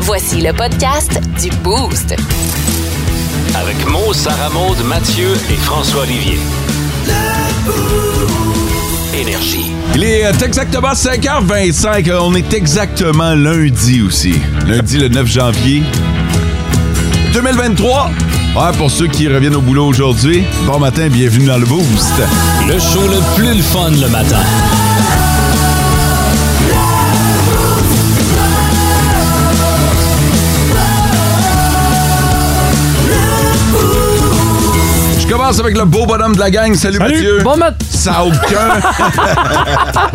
Voici le podcast du Boost. Avec Mo, Sarah Maud, Mathieu et François Olivier. Énergie. Il est euh, exactement 5h25. euh, On est exactement lundi aussi. Lundi le 9 janvier 2023. Ah, pour ceux qui reviennent au boulot aujourd'hui, bon matin, bienvenue dans le boost. Le show le plus le fun le matin. Je commence avec le beau bonhomme de la gang. Salut, Salut. Mathieu. Bon mat. Ça a aucun.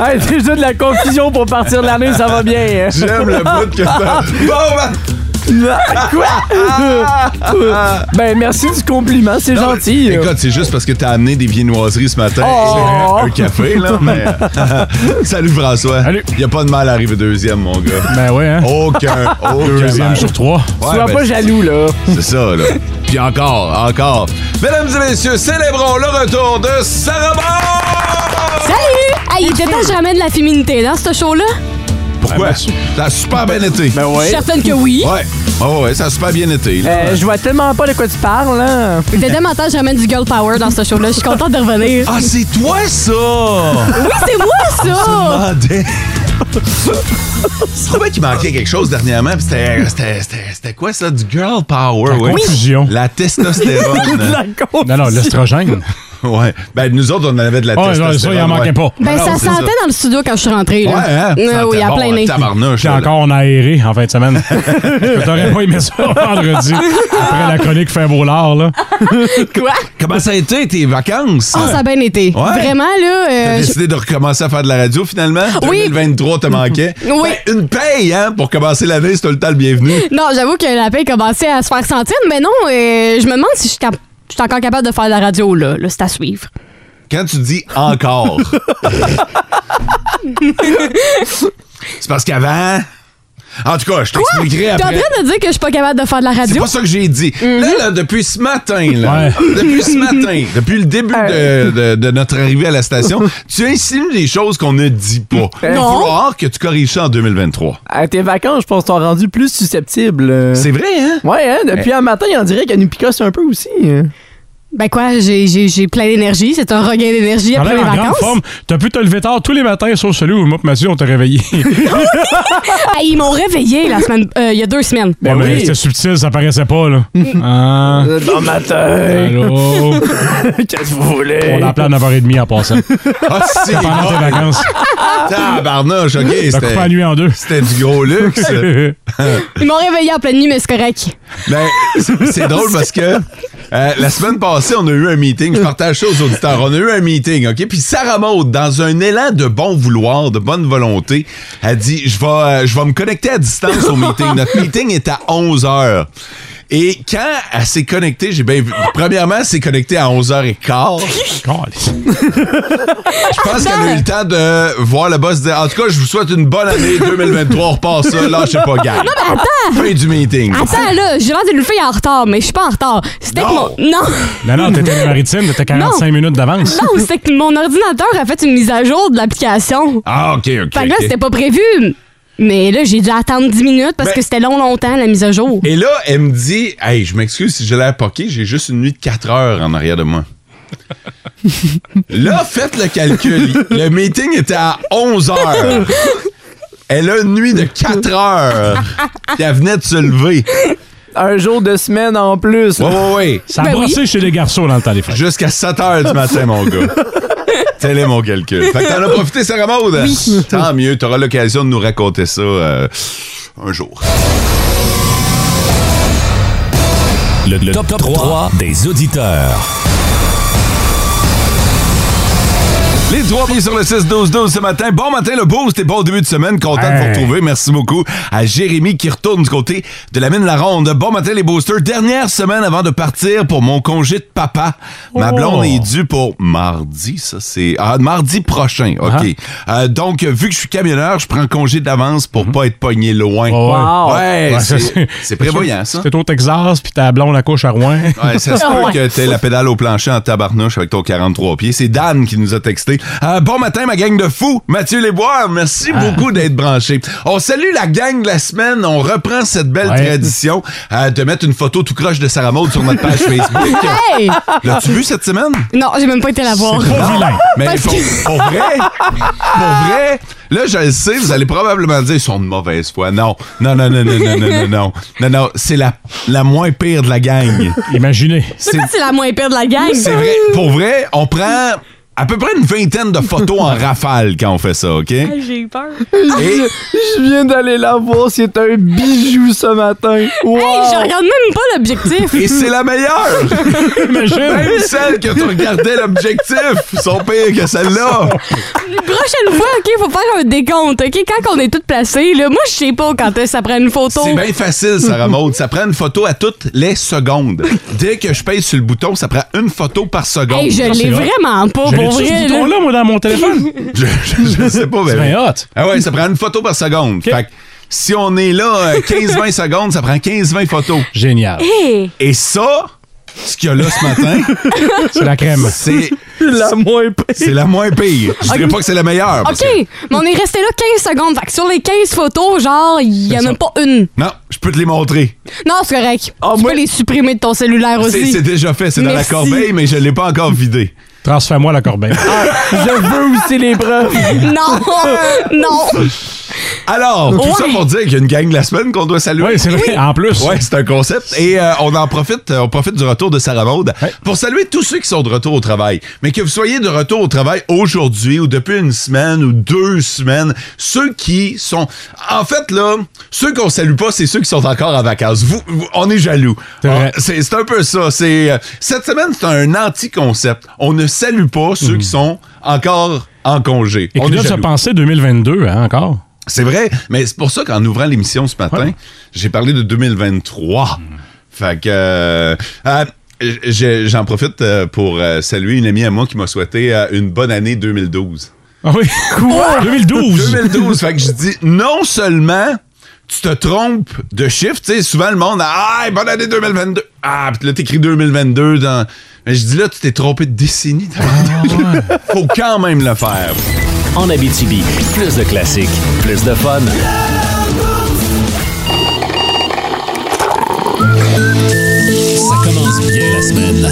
Hey, déjà de la confusion pour partir de l'année, ça va bien. hein? J'aime le bout que ça. Bon ben. matin. Ah, Quoi? ben, merci du compliment, c'est gentil. Écoute, c'est juste parce que t'as amené des viennoiseries ce matin. Oh. Un café, là, mais. Salut François. Salut. Y a pas de mal à arriver deuxième, mon gars. Ben ouais, hein? Aucun, aucun. Deuxième mal. sur trois. Ouais, Sois ben, pas c'est- jaloux, là. C'est ça, là. Puis encore, encore. Mesdames et messieurs, célébrons le retour de Sarah Maud! Salut! Hey, il était temps que je ramène la féminité dans ce show-là. Ben, Pourquoi? Ça a super bien été. Ben Je ouais. suis certaine que oui. Ouais. Oh, ouais, ça a super bien été. là. Euh, je vois tellement pas de quoi tu parles, hein. Il était tellement temps que je ramène du girl power dans ce show-là. Je suis contente de revenir. Ah, c'est toi, ça! Oui, c'est moi, ça! Ah, dé- Je trouvais qu'il manquait quelque chose dernièrement, puis c'était- c'était c'était- c'était quoi ça? Du girl power, ouais. confusion. La De testostérone. la confusion. Non, non, l'estrogène. ouais. Ben, nous autres, on en avait de la Oh, testostérone. ça, il en manquait ouais. pas. Ben, Non, ça c'est sentait dans le studio quand je suis rentrée. Ouais, Là. hein? Euh, Ça oui, sentait à bon, plein le nez. tabarnouche, Puis là. encore, on a aéré en fin de semaine. T'aurais pas aimé ça vendredi, après la chronique Fin Beaulard, là. Quoi? Comment ça a été tes vacances? Oh, ça a bien été. Ouais. Vraiment, là. T'as euh, je- décidé de recommencer à faire de la radio finalement? Oui. 2023 te manquait. Oui. Ben, une paye, hein, pour commencer l'année, c'est tout le temps le bienvenu. Non, j'avoue que la paix commençait à se faire sentir, mais non, euh, je me demande si je suis cap- je suis encore capable de faire de la radio, là. Là, c'est à suivre. Quand tu dis encore. c'est parce qu'avant. En tout cas, je t'expliquerai T'es en après. train de dire que je suis pas capable de faire de la C'est radio? Mhm. pas ça que j'ai dit. Là, là, depuis ce matin, là, Ouais. depuis ce matin, depuis le début de, Euh. de- de notre arrivée à la station, tu insinues des choses qu'on ne dit pas. Il va Euh. Non. falloir que tu corriges ça en 2023. À tes vacances, je pense que t'as rendu plus susceptible. euh. C'est vrai, hein? Ouais, hein, depuis un matin, on dirait qu'elle nous picosse un peu aussi. hein. Ben quoi, j'ai- j'ai j'ai plein d'énergie. C'est un regain d'énergie T'as après les l'air en grande vacances. forme. T'as pu te lever tard tous les matins, sauf celui où moi et Mathieu, on t'a réveillé. Ah, ils m'ont réveillé la semaine, euh, il y a deux semaines. Ben Ouais, mais oui. C'était subtil, ça paraissait pas, là. Ah, Bon matin. allô? Qu'est-ce que vous voulez? On a appelé à 9h30 en passant. Ah, c'est Pendant tes bon. vacances. Ah. Tabarnouche, OK. T'as coupé la C'était nuit en deux. c'était du gros luxe. Ils m'ont réveillé en pleine nuit, mais c'est correct. Ben, c'est c'est drôle parce que euh, la semaine passée, on a eu un meeting. Je partage ça aux auditeurs. On a eu un meeting, OK? Puis Sarah Maud, dans un élan de bon vouloir, de bonne volonté, a dit Je vais euh, je vais me connecter à distance au meeting. Notre meeting est à 11 h. Et quand elle s'est connectée, j'ai bien vu. Premièrement, elle s'est connectée à 11h15. Calisse. Je pense qu'elle a eu le temps de voir le boss dire En tout cas, je vous souhaite une bonne année 2023. On repart ça. Lâchez pas, gars. Non, mais attends. Fin du meeting. Attends, là, j'ai l'air d'une fille en retard, mais je suis pas en retard. C'était que Non. mon. Non! Non, non, t'étais les maritimes, t'étais 45 minutes d'avance. Non, c'était que mon ordinateur a fait une mise à jour de l'application. Ah, OK, OK. Fait que là, ok. c'était pas prévu. Mais là, j'ai dû attendre 10 minutes parce Ben- que c'était long, longtemps, la mise à jour. Et là, elle me dit Hey, je m'excuse si j'ai l'air poqué, j'ai juste une nuit de 4 heures en arrière de moi. là, faites le calcul. Le meeting était à 11 heures. Elle a une nuit de 4 heures. Puis elle venait de se lever. Un jour de semaine en plus. Ouais, ouais, ouais. Ça a Ben brossé chez les garçons dans le temps des fêtes. Jusqu'à 7 heures du matin, mon gars. Tel est mon calcul. Fait que t'en as profité, Sarah Maud. Oui. Tant mieux, t'auras l'occasion de nous raconter ça euh, un jour. Le, top, 3, des auditeurs. Les trois pieds sur le 6-12-12 ce matin. Bon matin, le boost et bon début de semaine. Content de vous Hey. retrouver. Merci beaucoup à Jérémy qui retourne du côté de la mine La Ronde. Bon matin, les boosters. Dernière semaine avant de partir pour mon congé de papa. Ma Oh. blonde est due pour mardi, ça c'est... Ah, mardi prochain, Ah. OK. Euh, donc, vu que je suis camionneur, je prends congé d'avance pour pas être pogné loin. Oh, Mhm. ouais. Wow. Ouais, Ouais, ça, c'est c'est prévoyant, ça. T'es au Texas, puis ta blonde à couche à Rouen. Ouais, ça se peut Ah Ouais. que t'aies la pédale au plancher en tabarnouche avec ton 43 pieds. C'est Dan qui nous a texté. parler. Euh, bon matin, ma gang de fous. Mathieu Lesbois, merci Ah. beaucoup d'être branché. On salue la gang de la semaine. On reprend cette belle Ouais. tradition euh, de mettre une photo tout croche de Sarah Maud sur notre page Facebook. Hey! L'as-tu vu cette semaine? Non, j'ai même pas été la voir. Pas vilain. Mais Parce pour, que- pour vrai, pour vrai, là, je le sais, vous allez probablement dire, ils sont de mauvaise foi. Non, non, non, non, non, non, non, non, non, non, non, c'est la, la moins pire de la gang. Imaginez. C'est C'est la moins pire de la gang. c'est vrai, pour vrai, on prend à peu près une vingtaine de photos en rafale quand on fait ça, OK? J'ai eu peur. Et Je viens d'aller la voir, c'est un bijou ce matin. Wow! Hey, je regarde même pas l'objectif. Et c'est la meilleure! Imagine. Même celle que tu regardais l'objectif sont pires que celle-là! Prochaine fois, OK, faut faire un décompte, OK? Quand on est toutes placées, là, moi, je sais pas quand est-ce que ça prend une photo. C'est bien facile, Sarah Maud. Ça prend une photo à toutes les secondes. Dès que je pèse sur le bouton, ça prend une photo par seconde. Hey, je l'ai vrai. vraiment pas, J'avais pour tout ce vrai. là. bouton-là, moi, dans mon téléphone. Je, je- je sais pas, mais. C'est bien hot. Ah ouais, ça prend une photo par seconde. Fait que si on est là euh, 15-20 secondes, ça prend 15-20 photos. Génial. Hey, Et ça, ce qu'il y a là ce matin, C'est la crème. c'est, la moins c'est la moins pire. Je dirais pas que c'est la meilleure. parce OK, que- mais on est resté là 15 secondes. Fait que sur les 15 photos, genre, il y en C'est a ça. pas une. Non, je peux te les montrer. Non, c'est correct. Ah, tu moi- peux les supprimer de ton cellulaire C'est, aussi. c'est déjà fait, c'est dans Merci. la corbeille, mais je l'ai pas encore vidé. Transfère-moi la corbeille. Je veux aussi les preuves. Non! non! Alors, tout ça Ouais. pour dire qu'il y a une gang de la semaine qu'on doit saluer. Oui, c'est vrai. En plus. Ouais, c'est un concept. Et euh, on en profite, euh, on profite du retour de Sarah Maud pour saluer tous ceux qui sont de retour au travail. Mais que vous soyez de retour au travail aujourd'hui ou depuis une semaine ou deux semaines, ceux qui sont... En fait, là, ceux qu'on salue pas, c'est ceux qui sont encore en vacances. Vous, vous- on est jaloux. C'est vrai. Ah, C'est c'est un peu ça. C'est euh, Cette semaine, c'est un anti-concept. On ne salue pas ceux qui sont encore en congé. Mhm. Et on qui est doivent se jaloux. penser 2022, hein, encore. C'est vrai, mais c'est pour ça qu'en ouvrant l'émission ce matin, Ouais. Mm. j'ai parlé de 2023. Fait que. euh, euh, j'ai- J'en profite euh, pour euh, saluer une amie à moi qui m'a souhaité euh, une bonne année 2012. Ah oui. Quoi? 2012. 2012, fait que je dis non seulement tu te trompes de chiffre, tu sais, souvent le monde, ah, bonne année 2022. Ah, puis là, t'écris 2022 dans. Mais je dis là, tu t'es trompé de décennie. Ah, Faut quand même le faire. En Abitibi, plus de classiques, plus de fun. Ça commence bien la semaine.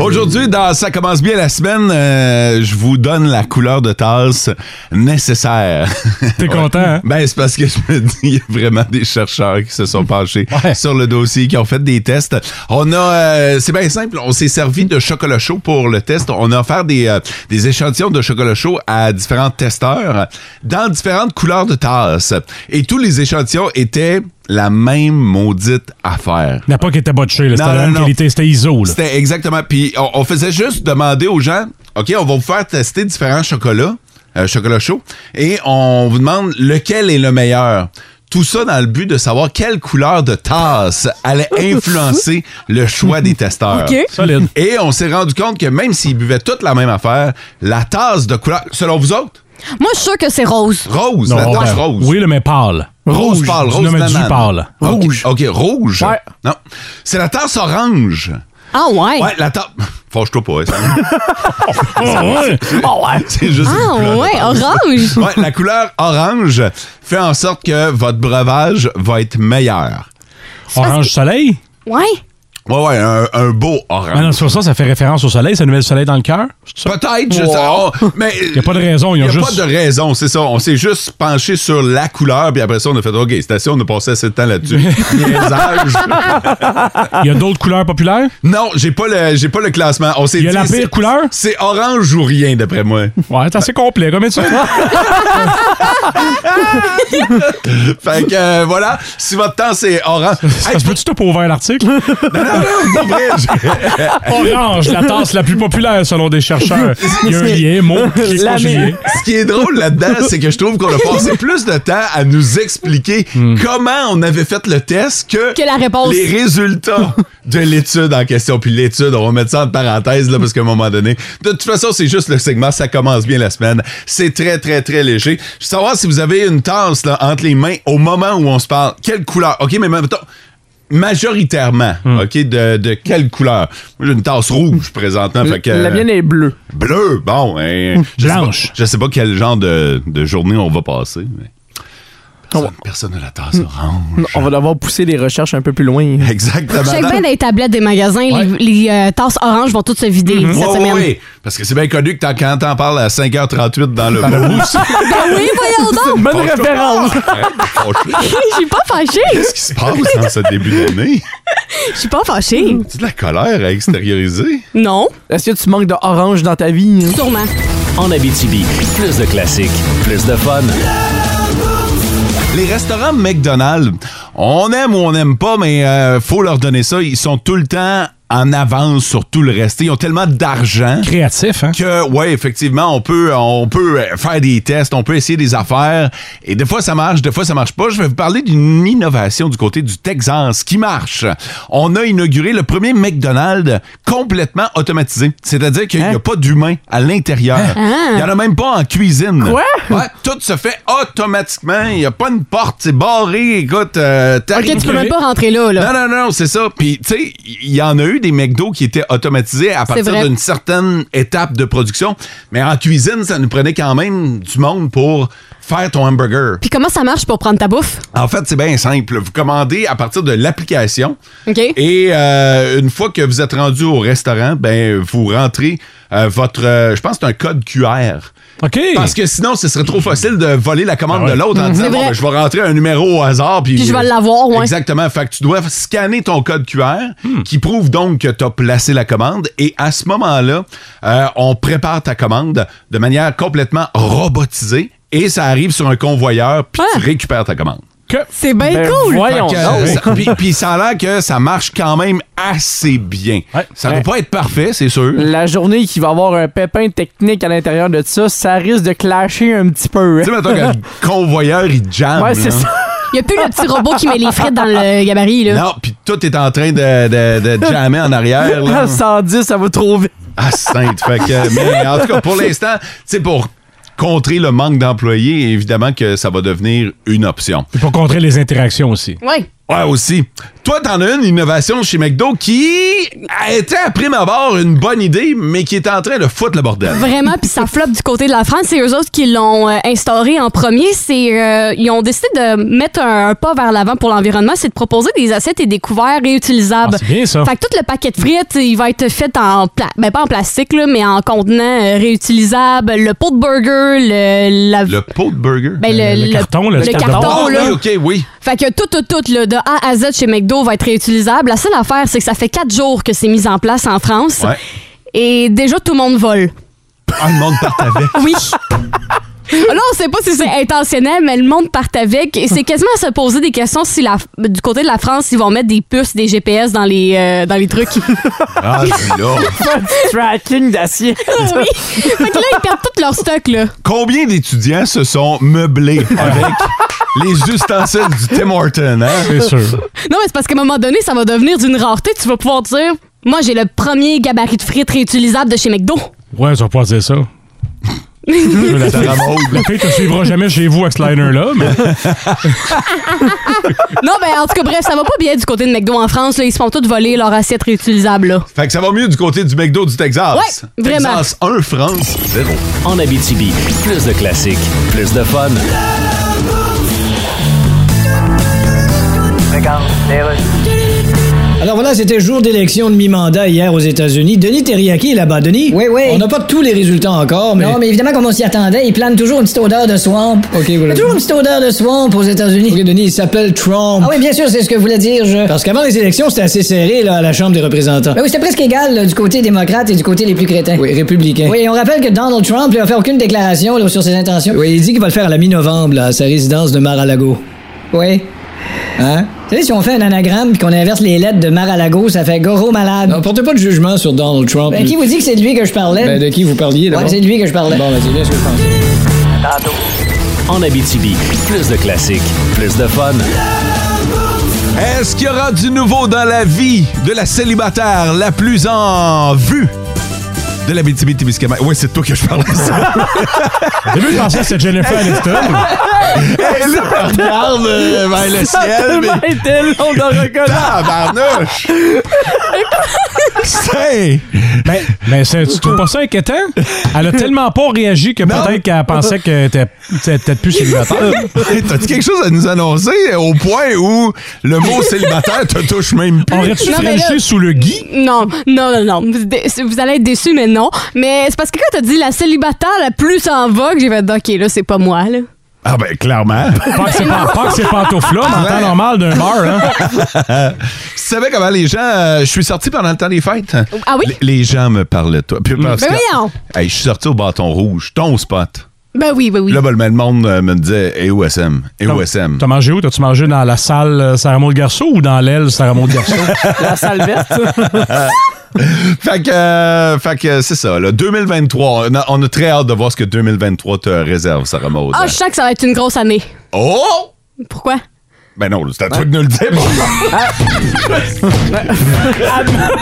Aujourd'hui, dans Ça commence bien la semaine, euh, je vous donne la couleur de tasse nécessaire. T'es content, hein? ben, c'est parce que je me dis, il y a vraiment des chercheurs qui se sont penchés Ouais. sur le dossier, qui ont fait des tests. On a, euh, c'est bien simple, on s'est servi de chocolat chaud pour le test. On a offert des, euh, des échantillons de chocolat chaud à différents testeurs dans différentes couleurs de tasse. Et tous les échantillons étaient la même maudite affaire. N'a pas qu'il était botché, là. C'était Non, la non, même non. qualité, c'était ISO, là. C'était exactement. Puis on, on faisait juste demander aux gens, OK, on va vous faire tester différents chocolats, euh, chocolat chaud, et on vous demande lequel est le meilleur. Tout ça dans le but de savoir quelle couleur de tasse allait influencer le choix des testeurs. OK. Solide. Et on s'est rendu compte que même s'ils buvaient toute la même affaire, la tasse de couleur, selon vous autres, Moi, je suis sûre que c'est rose. rose, la Non, tasse ben, rose. Oui, là, mais pâle. Rose Tu pâle, rose nommes du banane. pâle. OK, OK, rouge. Ouais. Non. C'est la tasse orange. Ah ouais? Ouais, la tasse. Fâche-toi pas, hein, ça. Ah ouais? C'est juste une Ah couleur de ouais, orange. Ouais, la couleur orange fait en sorte que votre breuvage va être meilleur. Orange soleil? Ah, Ouais. Ouais, ouais, un, un beau Ah non, orange. c'est pour ça, ça fait référence au soleil, c'est un nouvel soleil dans le cœur? C'est ça? Peut-être, je sais oh, mais il Y a pas de raison, ils ont y a juste- pas de raison, c'est ça. On s'est juste penché sur la couleur, puis après ça, on a fait OK, station, on a passé assez de temps là-dessus. Niaisage. Il y a d'autres couleurs populaires? non, j'ai pas le j'ai pas le classement. On s'est Il y a dit, la pire c'est- couleur? C'est orange ou rien d'après moi. Ouais, c'est assez complet comme étude. fait que euh, voilà, si votre temps c'est orange. Ça se peut-tu t'as pas ouvert l'article? Pour vrai, j'ai- Orange, la tasse la plus populaire selon des chercheurs. Il y a un lien, mot, clic, La conjugué. mienne. Ce qui est drôle là-dedans, c'est que je trouve qu'on a passé plus de temps à nous expliquer Hmm. comment on avait fait le test que, Que la réponse. les résultats de l'étude en question. Puis l'étude, on va mettre ça en parenthèse, là, parce qu'à un moment donné, de toute façon, c'est juste le segment, ça commence bien la semaine. C'est très, très, très léger. Je veux savoir si vous avez une tasse là, entre les mains au moment où on se parle. Quelle couleur? OK, mais maintenant... majoritairement, Hmm. OK, de, de quelle couleur? Moi, j'ai une tasse rouge présentement. fait que, La mienne est bleue. Hmm. Bleu, bon. hein, je sais pas- Blanche. je sais pas quel genre de, de journée on va passer. mais Personne, personne n'a la tasse orange. On va devoir pousser les recherches un peu plus loin. Exactement. Check bien dans les tablettes des magasins, les- les, euh, tasses oranges vont toutes se vider cette Oui, semaine. oui, parce que c'est bien connu que t'en- quand t'en parles à 5h38 dans le bus, Ben oui, voyons donc! Bonne référence! Je suis pas fâchée! qu'est-ce qui se passe dans ce début d'année? Je suis pas fâchée! C'est de la colère à extérioriser. Non, Est-ce que tu manques d'orange dans ta vie? hein? sûrement. En Abitibi, plus de classiques, plus de fun. Les restaurants McDonald's, on aime ou on n'aime pas, mais euh, faut leur donner ça. Ils sont tout le temps en avance sur tout le reste. Ils ont tellement d'argent. Créatif, hein? que ouais effectivement on peut on peut euh, faire des tests on peut essayer des affaires et des fois ça marche des fois ça marche pas je vais vous parler d'une innovation du côté du Texas qui marche on a inauguré le premier McDonald's complètement automatisé c'est-à-dire qu'il n'y a Hein? pas d'humain à l'intérieur Hein? il y en a même pas en cuisine Quoi? Ouais, tout se fait automatiquement il n'y a pas une porte c'est barré écoute euh, Ok, t'arrives- tu peux même pas rentrer là, là. non, non, non, c'est ça. Puis, tu sais, il y en a eu des McDo qui étaient automatisés à partir vrai. d'une certaine étape de production. Mais en cuisine, ça nous prenait quand même du monde pour faire ton hamburger. Puis comment ça marche pour prendre ta bouffe? En fait, c'est bien simple. Vous commandez à partir de l'application. OK. Et euh, une fois que vous êtes rendu au restaurant, ben vous rentrez euh, votre, euh, je pense, que c'est un code QR. OK. Parce que sinon, ce serait trop facile de voler la commande Ah ouais. de l'autre en disant Mhm. C'est bon, vrai. ben, je vais rentrer un numéro au hasard. Puis, Puis je vais l'avoir, ouais. Exactement. Fait que tu dois scanner ton code QR Hmm. qui prouve donc que tu as placé la commande. Et à ce moment-là, euh, on prépare ta commande de manière complètement robotisée et ça arrive sur un convoyeur puis tu Ouais. récupères ta commande. C'est bien Ben, cool! Voyons Fait que, donc. ça- puis, puis ça a l'air que ça marche quand même assez bien. Ouais. Ça ne Ouais. peut pas être parfait, c'est sûr. La journée qui va avoir un pépin technique à l'intérieur de ça, ça risque de clasher un petit peu. Tu sais, hein? mettons que le convoyeur, il jamme. Ouais, c'est là. ça. Il a plus le petit robot qui met les frites dans le gabarit, là. Non, puis tout est en train de, de, de jammer en arrière. Là. À 110, ça va trop vite. Ah, sainte. Fait que, mais en tout cas, pour l'instant, c'est pour contrer le manque d'employés, évidemment que ça va devenir une option. Puis Pour contrer les interactions aussi. Ouais. Ouais, aussi. Toi, t'en as une innovation chez McDo qui était à prime abord une bonne idée, mais qui est en train de foutre le bordel. Vraiment, puis ça floppe du côté de la France. C'est eux autres qui l'ont euh, instauré en premier. C'est euh, ils ont décidé de mettre un, un pas vers l'avant pour l'environnement, c'est de proposer des assiettes et des couverts réutilisables. Ah, c'est bien, ça. Fait que tout le paquet de frites, il va être fait en pla- ben pas en plastique là, mais en contenant euh, réutilisable. Le pot de burger, le la- Le pot de burger. ben, le carton, là, le le carton. carton, Ah là. oui, OK, oui. Fait que tout, tout, tout, là, de A à Z chez McDo va être réutilisable. La seule affaire, c'est que ça fait quatre jours que c'est mis en place en France. Ouais. Et déjà, tout le monde vole. Ah, le monde part avec. Oui. Là, Ah on sait pas si c'est intentionnel, mais le monde part avec. Et c'est quasiment à se poser des questions si la, du côté de la France, ils vont mettre des puces, des GPS dans les, euh, dans les trucs. Ah, c'est là. Tracking d'acier. Ah oui. Fait que là, ils perdent tout leur stock, là. Combien d'étudiants se sont meublés avec les ustensiles du Tim Horton, hein? C'est sûr. Non, mais c'est parce qu'à un moment donné, ça va devenir d'une rareté. Tu vas pouvoir dire, moi, j'ai le premier gabarit de frites réutilisable de chez McDo. Ouais, tu vas pas dire ça. la Ça fille- ramode, là. la fille te suivra jamais chez vous avec ce liner-là, mais Non, ben, en tout cas, bref, ça va pas bien du côté de McDo en France. Là. Ils se font tous voler leur assiette réutilisable, là. Fait que ça va mieux du côté du McDo du Texas. Ouais, vraiment. Texas 1, France 0. En Abitibi, plus de classiques, plus de fun. Alors voilà, c'était jour d'élection de mi-mandat hier aux États-Unis. Denis Terriaki est là-bas. Denis? Oui, oui. On n'a pas tous les résultats encore, mais. Non, mais évidemment, comme on s'y attendait, ils planent toujours une petite odeur de swamp. OK, Il y voilà. a toujours une petite odeur de swamp aux États-Unis. OK, Denis, il s'appelle Trump. Ah oui, bien sûr, c'est ce que voulait dire, je. Parce qu'avant les élections, c'était assez serré, là, à la Chambre des représentants. Ben oui, c'était presque égal là, du côté démocrate et du côté les plus crétins. Oui, républicain. Oui, on rappelle que Donald Trump n'a fait aucune déclaration là, sur ses intentions. Oui, il dit qu'il va le faire à la mi-novembre, là, à sa résidence de Mar-a-Lago. Oui. Hein? Vous savez, si on fait un anagramme puis qu'on inverse les lettres de Mar-a-Lago, ça fait Goro malade. Non, portez pas de jugement sur Donald Trump. Ben, qui vous dit que c'est de lui que je parlais? Ben, de qui vous parliez, Ouais, d'abord? c'est de lui que je parlais. Bon, ben, c'est bien ce que je pense. En Abitibi, plus de classiques, plus de fun. Est-ce qu'il y aura du nouveau dans la vie de la célibataire la plus en vue? de la Témiscamingue. Ouais, c'est de toi que je parle. Ça. Au début, je pensais que c'était Jennifer Aniston. Elle regarde euh, vers le Ça a ciel, tellement mais été long de reconnaître. tabarnouche! C'est... Mais, mais ça, Ben, tu trouves pas ça inquiétant? Elle a tellement pas réagi que peut-être qu'elle pensait que t'étais t'étais peut-être plus célibataire. Hey, T'as-tu quelque chose à nous annoncer euh, au point où le mot célibataire te touche même plus? On aurait-tu Non, mais là- franchi sous le gui? Non, non, non, non. Vous, dé- vous allez être déçus, mais non. Mais c'est parce que quand t'as dit la célibataire la plus en vogue, j'ai fait OK, là, c'est pas moi, là. Ah ben, clairement. Pas que c'est pas, pas que ces pantoufles-là, mais en temps normal d'un bar, hein? tu savais comment les gens... euh, je suis sorti pendant le temps des fêtes. Ah oui? Les, les gens me parlent de toi. Puis parce Ben que- voyons. Hey, je suis sorti au bâton rouge, ton spot. Ben oui, ben oui. Là, ben, le monde euh, me disait « EOSM, EOSM ». T'as mangé où? T'as-tu mangé dans la salle euh, Sarah Maud Garceau ou dans l'aile Sarah Maud Garceau? La salle verte. Fait que, euh, fait que euh, c'est ça, là. 2023, on a, on a très hâte de voir ce que 2023 te réserve, Sarah Maud. Ah, je sens que ça va être une grosse année. Oh! Pourquoi? Ben non, c'est à toi de nous le dire. Ah.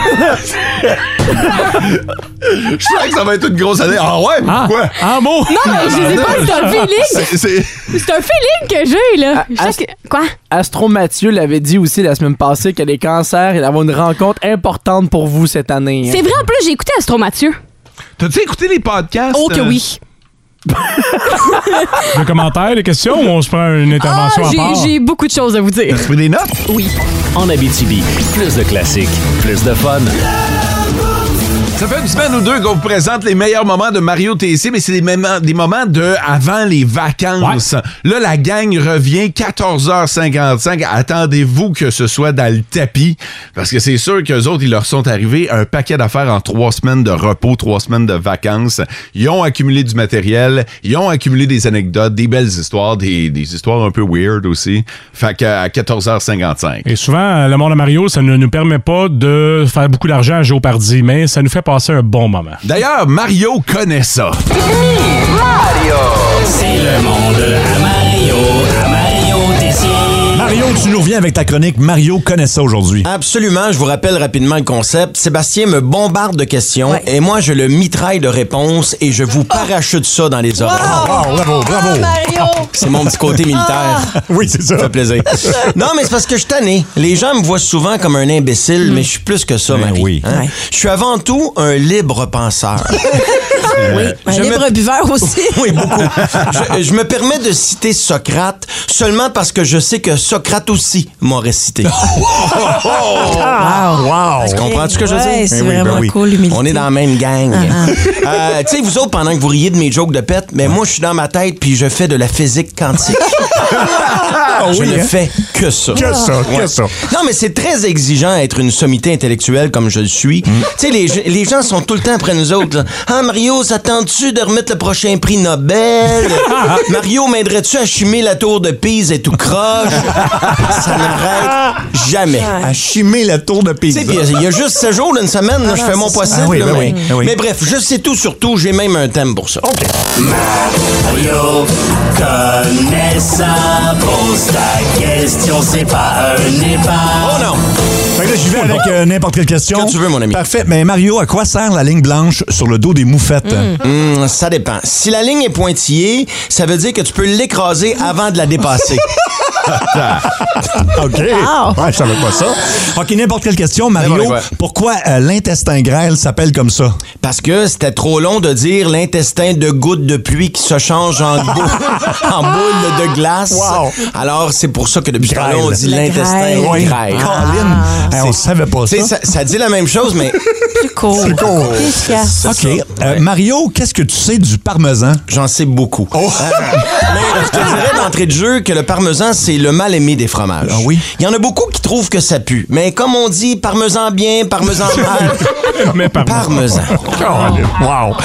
Ah. Je sens que ça va être une grosse année. Ah ouais? Ah, Pourquoi? en mots! Non, mais je sais pas, c'est un feeling. C'est- c'est- C'est un feeling que j'ai, là. Je Ah, sens que- Quoi? Astro Mathieu l'avait dit aussi la semaine passée que les cancers, il avait une rencontre importante pour vous cette année. hein. C'est vrai, en plus, j'ai écouté Astro Mathieu. T'as-tu écouté les podcasts? Oh, que euh, oui. Des commentaires, des questions ou on se prend une Ah, intervention à j'ai- part? j'ai beaucoup de choses à vous dire. T'as pris des notes? En Abitibi, plus de classiques, plus de fun. Ça fait une semaine ou deux qu'on vous présente les meilleurs moments de Mario TC, mais c'est des moments, des moments de avant les vacances. Là, la gang revient 14h55. Attendez-vous que ce soit dans le tapis, parce que c'est sûr qu'eux autres, ils leur sont arrivés un paquet d'affaires en trois semaines de repos, trois semaines de vacances. Ils ont accumulé du matériel, ils ont accumulé des anecdotes, des belles histoires, des, des histoires un peu weird aussi. Fait qu'à 14h55. Et souvent, euh, le monde à Mario, ça ne nous permet pas de faire beaucoup d'argent à Géopardy, mais ça nous fait passer un bon moment. D'ailleurs, Mario connaît ça. C'est le monde à Mario, à Mario Tessier. Mario, tu nous reviens avec ta chronique Mario connaît ça aujourd'hui. Absolument, je vous rappelle rapidement le concept. Sébastien me bombarde de questions et moi je le mitraille de réponses et je Oh! vous parachute ça dans les oreilles. Wow, bravo, bravo. C'est mon petit côté militaire. Ah! Oui, c'est ça. Ça fait plaisir. Non, mais c'est parce que je suis tanné. Les gens me voient souvent comme un imbécile, Mm. mais je suis plus que ça, Marie. Ben oui. hein. Je suis avant tout un libre penseur. Un Je me- libre buveur aussi. Oui, beaucoup. Je, je me permets de citer Socrate seulement parce que je sais que Socrate aussi m'aurait cité. Wow. Ah, Tu comprends ce que je veux Ouais, dire? c'est Eh oui, ben vraiment oui. cool, l'humilité. Ah, On est dans la même gang. Euh, tu sais, vous autres, pendant que vous riez de mes jokes de pète, mais moi, je suis dans ma tête puis je fais de la physique quantique. Ah, je hein? ne fais que ça. Ah hein? Que ça, que Ouais. ça. Non, mais c'est très exigeant être une sommité intellectuelle comme je le suis. Mm. Tu sais, les, ge- les gens sont tout le temps après nous autres. là. Ah, Mario, s'attends-tu de remettre le prochain prix Nobel? Mario, m'aiderais-tu à chimer la tour de Pise et tout croche? ça n'arrête jamais. À chimer la tour de Tu pizza. sais, puis il y a juste ce jours d'une semaine, là, je fais mon possible. Ah oui, là, ben mais, oui, ben oui. Oh, mais bref, je sais tout sur tout, j'ai même un thème pour ça. Mario connaît ça, pose ta question, c'est pas un Oh épave. non! Fait que là, j'y vais avec euh, n'importe quelle question. Quand tu veux, mon ami. Parfait. Mais Mario, à quoi sert la ligne blanche sur le dos des moufettes? Hum, ça dépend. Si la ligne est pointillée, ça veut dire que tu peux l'écraser avant de la dépasser. OK. Ouais, je savais pas ça. OK, n'importe quelle question. Mario, quoi. pourquoi euh, l'intestin grêle s'appelle comme ça? Parce que c'était trop long de dire l'intestin de gouttes de pluie qui se change en, bou- en boule de glace. Wow. Alors, c'est pour ça que depuis Grêle. trop long, on dit La l'intestin grêle. grêle. Ah. Colin, Hey, on savait pas Tu ça. sais, Ah, ça, ça dit la même chose, mais Plus court. C'est court. Plus efficace. OK. Euh, Mario, qu'est-ce que tu sais du parmesan? Oh. J'en sais beaucoup. Euh, Mais je te dirais d'entrée de jeu que le parmesan, c'est le mal-aimé des fromages. Ah oui? Il y en a beaucoup qui trouvent que ça pue. Mais comme on dit, parmesan bien, parmesan mal, Mais par parmesan. Wow.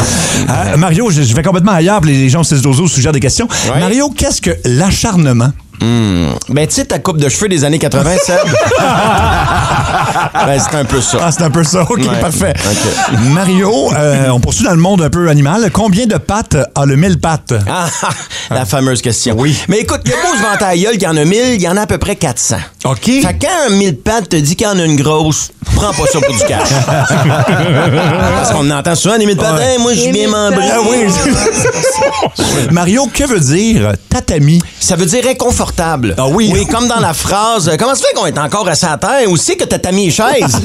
Euh, Mario, je, je vais complètement ailleurs, puis les gens au 6 12 12 suggèrent des questions. Mario, qu'est-ce que l'acharnement? Hmm. Ben, tu sais, ta coupe de cheveux des années 80, Seb? Ah. ben, c'est un peu ça. Ah, c'est un peu ça. OK, Ouais. parfait. OK. Mario, euh, on poursuit dans le monde un peu animal. Combien de pattes a le mille pattes? Ah, ah, la fameuse question. Oui. Mais écoute, il y a beau se vanter à la gueule qu'il y en a 1000, il y en a à peu près 400. OK. Fait que quand un 1000 pattes te dit qu'il y en a une grosse, prends pas ça pour du cash. Parce qu'on entend souvent des 1000 pattes. Ouais. Hey, moi, je suis Les bien mille membré. pattes. Ah Mario, que veut dire euh, tatami? Ça veut dire inconfortable. Ah oui. Oui, comme dans la phrase, euh, comment ça fait qu'on est encore assis à terre? Où c'est que tatami est chaise?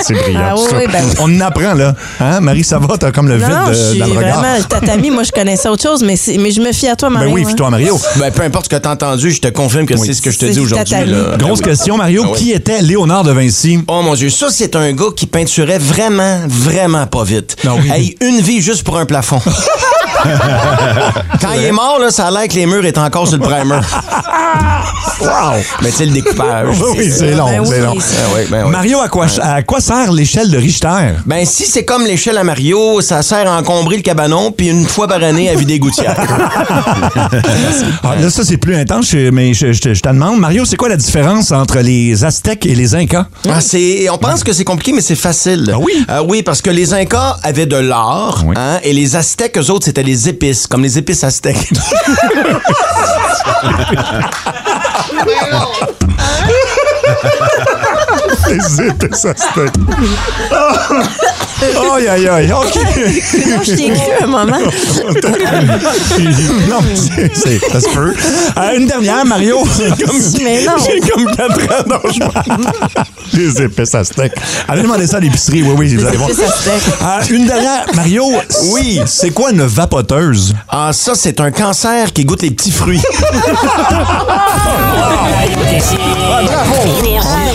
C'est brillant. Ah oui, ça. oui, ben- On en apprend, là. Hein, Marie, ça va? T'as comme le vide non, non, je de- suis dans le regard. vraiment le tatami. Moi, je connaissais autre chose, mais, c'est- mais je me fie à toi, Ben Mario. hein. Mario. Ben, peu importe ce que t'as entendu, je te confirme que c'est ce que je te C'est dis du aujourd'hui. tatami. là. Grosse Ben oui. question, Mario. Ah oui. Qui était Léonard de Vinci? Oh mon Dieu, ça c'est un gars qui peinturait vraiment, vraiment pas vite. Ah Hey, une vie juste pour un plafond. Quand il est mort, là, ça a l'air que les murs étaient encore sur le primer. Wow! Mais tu sais, le découpage. Oui, c'est long, Ben c'est oui, long. Ben oui, ben oui. Mario, à quoi, à quoi sert l'échelle de Richter? Ben, si c'est comme l'échelle à Mario, ça sert à encombrer le cabanon, puis une fois par année, à vider les gouttières. Ah, là, ça, c'est plus intense, je- mais je, je te- je te demande, Mario, c'est quoi la différence entre les Aztèques et les Incas? Ah, c'est, on pense que c'est compliqué, mais c'est facile. Ah oui? oui, parce que les Incas avaient de l'or, hein, et les Aztèques, eux autres, c'était les épices, comme les épices aztèques. Les épices ça Aïe, aïe, aïe, OK. Sinon, je t'ai cru un moment. non, mais c'est- c'est- ça se peut. Euh, une dernière, Mario. J'ai comme, Mais non. j'ai comme 4 ans, non, je m'en- Les épices aztèques. Allez demander ça à l'épicerie, oui, oui, vous allez voir. épices aztèques. Euh, une dernière, Mario. Oui. C'est quoi une vapoteuse? Ah, ça, c'est un cancer qui goûte les petits fruits.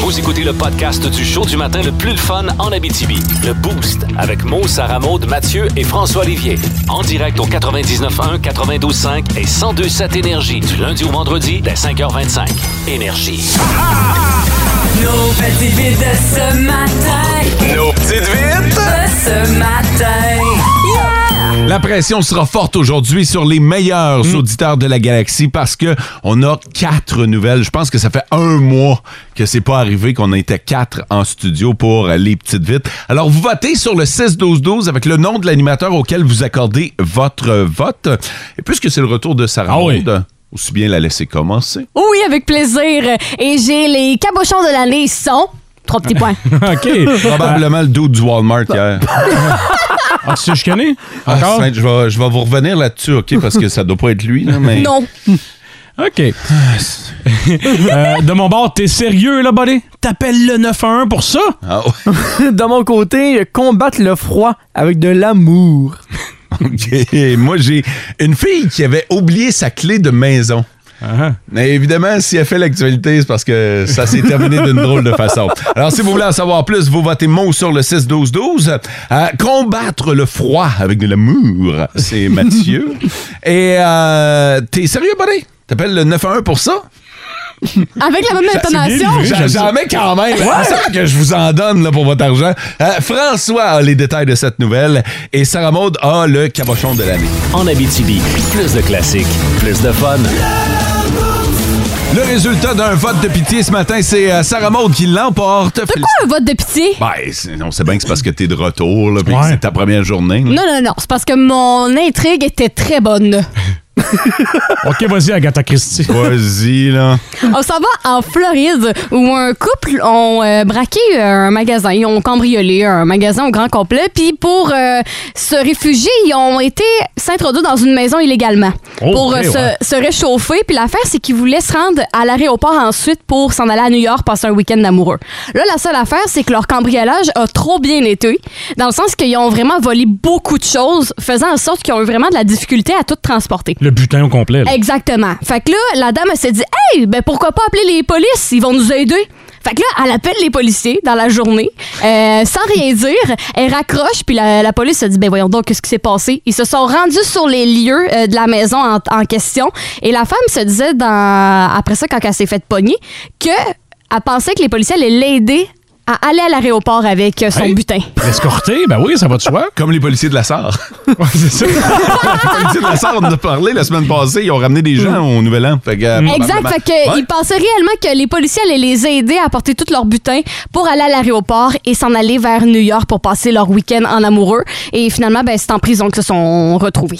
Vous écoutez le podcast du show du matin le plus le fun en Abitibi. Le Boost avec Mo, Sarah Maud, Mathieu et François Olivier. En direct au 99.1, 92.5 et 102.7 Énergie du lundi au vendredi dès 5h25. Énergie. Nos petites vites de ce matin. Nos petites vites de ce matin. La pression sera forte aujourd'hui sur les meilleurs Mm. auditeurs de la galaxie parce que on a quatre nouvelles. Je pense que ça fait un mois que c'est pas arrivé qu'on était quatre en studio pour euh, les petites vites. Alors vous votez sur le 6-12-12 avec le nom de l'animateur auquel vous accordez votre euh, vote. Et puisque c'est le retour de Sarah Ah Maud, aussi bien la laisser commencer. Oui, avec plaisir. Et j'ai les cabochons de l'année ils sont. Trois petits points. OK. Probablement le dude du Walmart hier. Ah, tu sais, je connais. Ah, Sainte, je, vais, je vais vous revenir là-dessus, OK? Parce que ça doit pas être lui, là, mais. Non. OK. Euh, de mon bord, t'es sérieux, là, buddy? T'appelles le 911 pour ça? Ah ouais. de mon côté, combattre le froid avec de l'amour. OK. Moi, j'ai une fille qui avait oublié sa clé de maison. Mais évidemment, si elle fait l'actualité, c'est parce que ça s'est terminé d'une drôle de façon. Alors, si vous voulez en savoir plus, vous votez mot sur le 6-12-12. Euh, combattre le froid avec de l'amour, c'est Mathieu. Et euh, t'es sérieux, buddy? T'appelles le 911 pour ça? Avec la même intonation. J'en j'en mets quand même. C'est ça que je vous en donne là, pour votre argent. Euh, François a les détails de cette nouvelle et Sarah Maud a le cabochon de l'année. En Abitibi, plus de classiques, plus de fun. Le résultat d'un vote de pitié ce matin, c'est euh, Sarah Maud qui l'emporte. De quoi un vote de pitié? Ben, c'est- on sait bien que c'est parce que t'es de retour, là, puis que c'est ta première journée. là. Non, non, non. C'est parce que mon intrigue était très bonne. OK, vas-y, Agatha Christie. Vas-y, là. On s'en va en Floride où un couple ont euh, braqué euh, un magasin, ils ont cambriolé un magasin au grand complet, puis pour euh, se réfugier, ils ont été s'introduire dans une maison illégalement Oh, pour ok, euh, se, ouais. se réchauffer. Puis l'affaire, c'est qu'ils voulaient se rendre à l'aéroport ensuite pour s'en aller à New York passer un week-end amoureux. Là, la seule affaire, c'est que leur cambriolage a trop bien été, dans le sens qu'ils ont vraiment volé beaucoup de choses, faisant en sorte qu'ils ont eu vraiment de la difficulté à tout transporter. Le butin au complet. là. Exactement. Fait que là, la dame, elle s'est dit Hey, ben pourquoi pas appeler les polices Ils vont nous aider. Fait que là, elle appelle les policiers dans la journée, euh, sans rien dire. Elle raccroche, puis la, la police se dit Ben voyons donc, qu'est-ce qui s'est passé Ils se sont rendus sur les lieux euh, de la maison en, en question. Et la femme se disait, dans, après ça, quand elle s'est faite pogner, que elle pensait que les policiers allaient l'aider à aller à l'aéroport avec euh, son Hey. butin. Escorté, ben oui, ça va de soi. Comme les policiers de la SAR. c'est ça. les policiers de la SAR, on en a parlé la semaine passée. Ils ont ramené des gens Mm. au Nouvel An. Fait que, euh, Exact, probablement- fait que Ouais. ils pensaient réellement que les policiers allaient les aider à porter tout leur butin pour aller à l'aéroport et s'en aller vers New York pour passer leur week-end en amoureux. Et finalement, ben, c'est en prison que se sont retrouvés.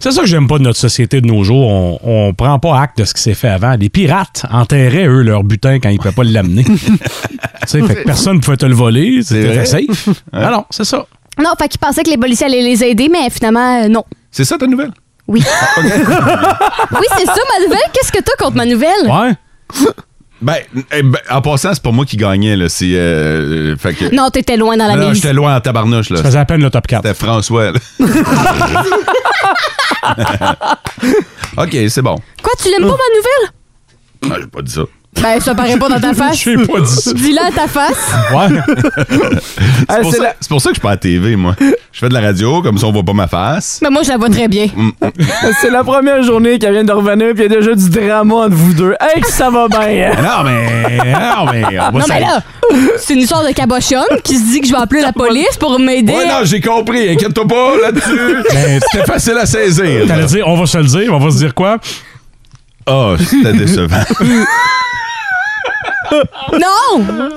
C'est ça que j'aime pas de notre société de nos jours. On, on prend pas acte de ce qui s'est fait avant. Les pirates enterraient, eux, leur butin quand ils pouvaient pas l'amener. tu sais, fait que personne pouvait te le voler. vrai. C'était safe. Hein? Ah non, c'est ça. Non, fait qu'ils pensaient que les policiers allaient les aider, mais finalement, euh, non. C'est ça ta nouvelle? Oui. Ah, Oui, c'est ça ma nouvelle. Qu'est-ce que t'as contre ma nouvelle? Ouais. Ben, eh ben, en passant, c'est pas moi qui gagnais. Là. C'est, euh, fait que... Non, t'étais loin dans la Non, non, mise. j'étais loin en tabarnouche. Là. Tu faisais à peine le top 4. C'était François. là. OK, c'est bon. Quoi, tu l'aimes pas ma nouvelle? Ah, j'ai pas dit ça. Ben, ça paraît pas dans ta face. J'ai pas dit ça. Dis-le à ta face. c'est, pour c'est ça, la- c'est pour ça que je suis pas à TV, moi. Je fais de la radio, comme ça on voit pas ma face. Mm. Mais Ben, moi, je la vois très bien. C'est la première journée qu'elle vient de revenir, puis il y a déjà du drama entre vous deux. Hey, que ça va bien! hein? Mais Ah non, mais. Non, mais. On va Non, s'en- mais là, c'est une histoire de cabochonne qui se dit que je vais appeler la police pour m'aider. Ouais, non, j'ai compris. Inquiète-toi pas là-dessus. Mais- Ben, C'était facile à saisir. T'allais dire, on va se le dire, on va se dire quoi? Oh, c'était décevant. non!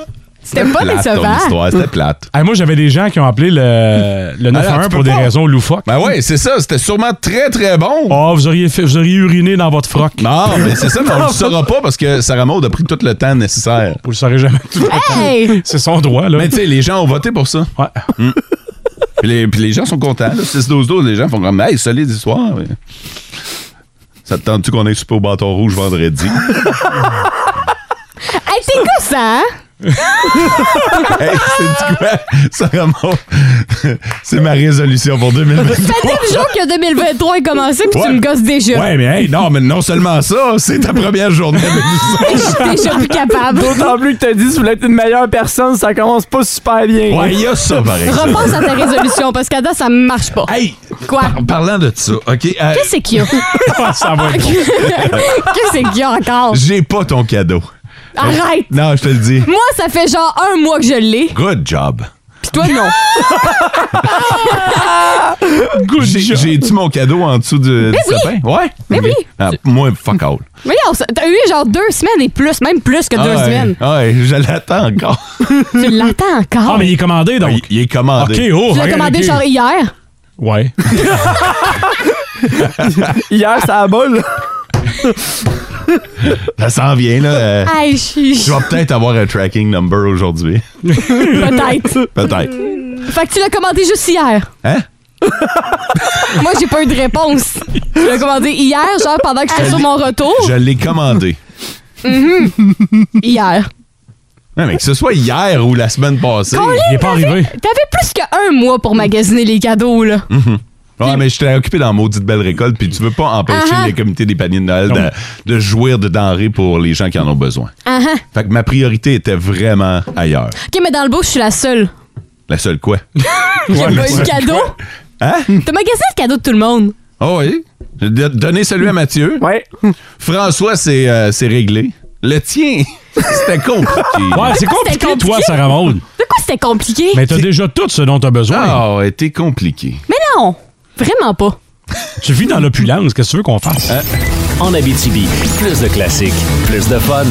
C'était pas Plate, décevant. ton histoire. C'était plate. Ah, moi, j'avais des gens qui ont appelé le, le 911 Alors, tu peux pour des pas. raisons loufoques. Ben ouais, c'est ça. C'était sûrement très, très bon. Oh, vous auriez, fait- vous auriez uriné dans votre froc. Non, mais c'est ça, mais on le saura pas parce que Sarah Maud a pris tout le temps nécessaire. Vous le saurez jamais. Hey! C'est son droit, là. Mais tu sais, les gens ont voté pour ça. Hmm. Ouais. Puis, les, puis les gens sont contents. là. 6-12-12, les gens font comme, hey, solide histoire. Ouais. Ça te tente-tu qu'on aille souper au bâton rouge vendredi? Hey, t'es gossant, hein? hey, c'est quoi? Sarah Maud, c'est ma résolution pour 2022. Ça fait 9 jours que 2023 est commencé puis Ouais. tu me gosses déjà. Ouais, mais hey, non, mais non seulement ça, c'est ta première journée avec nous. Je suis déjà plus capable. D'autant plus que t'as dit, si vous voulez être une meilleure personne, ça commence pas super bien. Ouais, il y a ça, par exemple. Repense à ta résolution parce qu'à date, ça marche pas. Hey! Ah, Quoi? En parlant de ça, OK? euh, Qu'est-ce qu'il y a? Ah, ça va être Qu'est-ce qu'il y a encore? J'ai pas ton cadeau. Arrête! Non, je te le dis. Moi, ça fait genre un mois que je l'ai, Good job. puis toi, non. J'ai- J'ai-tu mon cadeau en dessous du, du oui. sapin? Ouais. Mais Ok. oui. Ah, moi, fuck all. Mais non, ça- t'as eu genre deux semaines et plus, même plus que deux Ah ouais. semaines. Ah ouais, je l'attends encore. Tu l'attends encore. Ah, mais il est commandé, donc. Il, il est commandé. OK, oh, Tu l'as regarde, commandé OK. genre hier. Ouais. Hier, ça a bol. Ça s'en vient, là. euh, Hey, je suis- je vais peut-être avoir un tracking number aujourd'hui. Peut-être. Peut-être. Fait que tu l'as commandé juste hier. Hein? Moi, j'ai pas eu de réponse. Tu l'as commandé hier, genre pendant que j'étais sur mon retour. Je l'ai commandé. Mhm. Hier. Non, mais que ce soit hier ou la semaine passée. Il est pas arrivé. T'avais plus qu'un mois pour magasiner les cadeaux, là. Mhm. Ouais, mais je t'ai occupé dans Maudite Belle Récolte, puis tu veux pas empêcher Ah ah. les comités des paniers de Noël de, de jouir de denrées pour les gens qui en ont besoin. Ah ah. Fait que ma priorité était vraiment ailleurs. Ok, mais dans le beau, je suis la seule. La seule quoi? J'ai Ouais, pas mais eu ça- de cadeau. Hein? T'as magasiné le cadeau de tout le monde. Ah oui? J'ai don- donné celui à Mathieu. Ouais. François, c'est euh, c'est réglé. Le tien, c'était compliqué. Ouais, Pourquoi c'est compliqué, c'était toi, compliqué? Sarah Maud. De quoi c'était compliqué? Mais t'as déjà tout ce dont t'as besoin. Ah, ouais, t'es compliqué. Mais non, vraiment pas. Tu vis dans l'opulence. Qu'est-ce que tu veux qu'on fasse? Euh. En Abitibi, plus de classiques, plus de fun.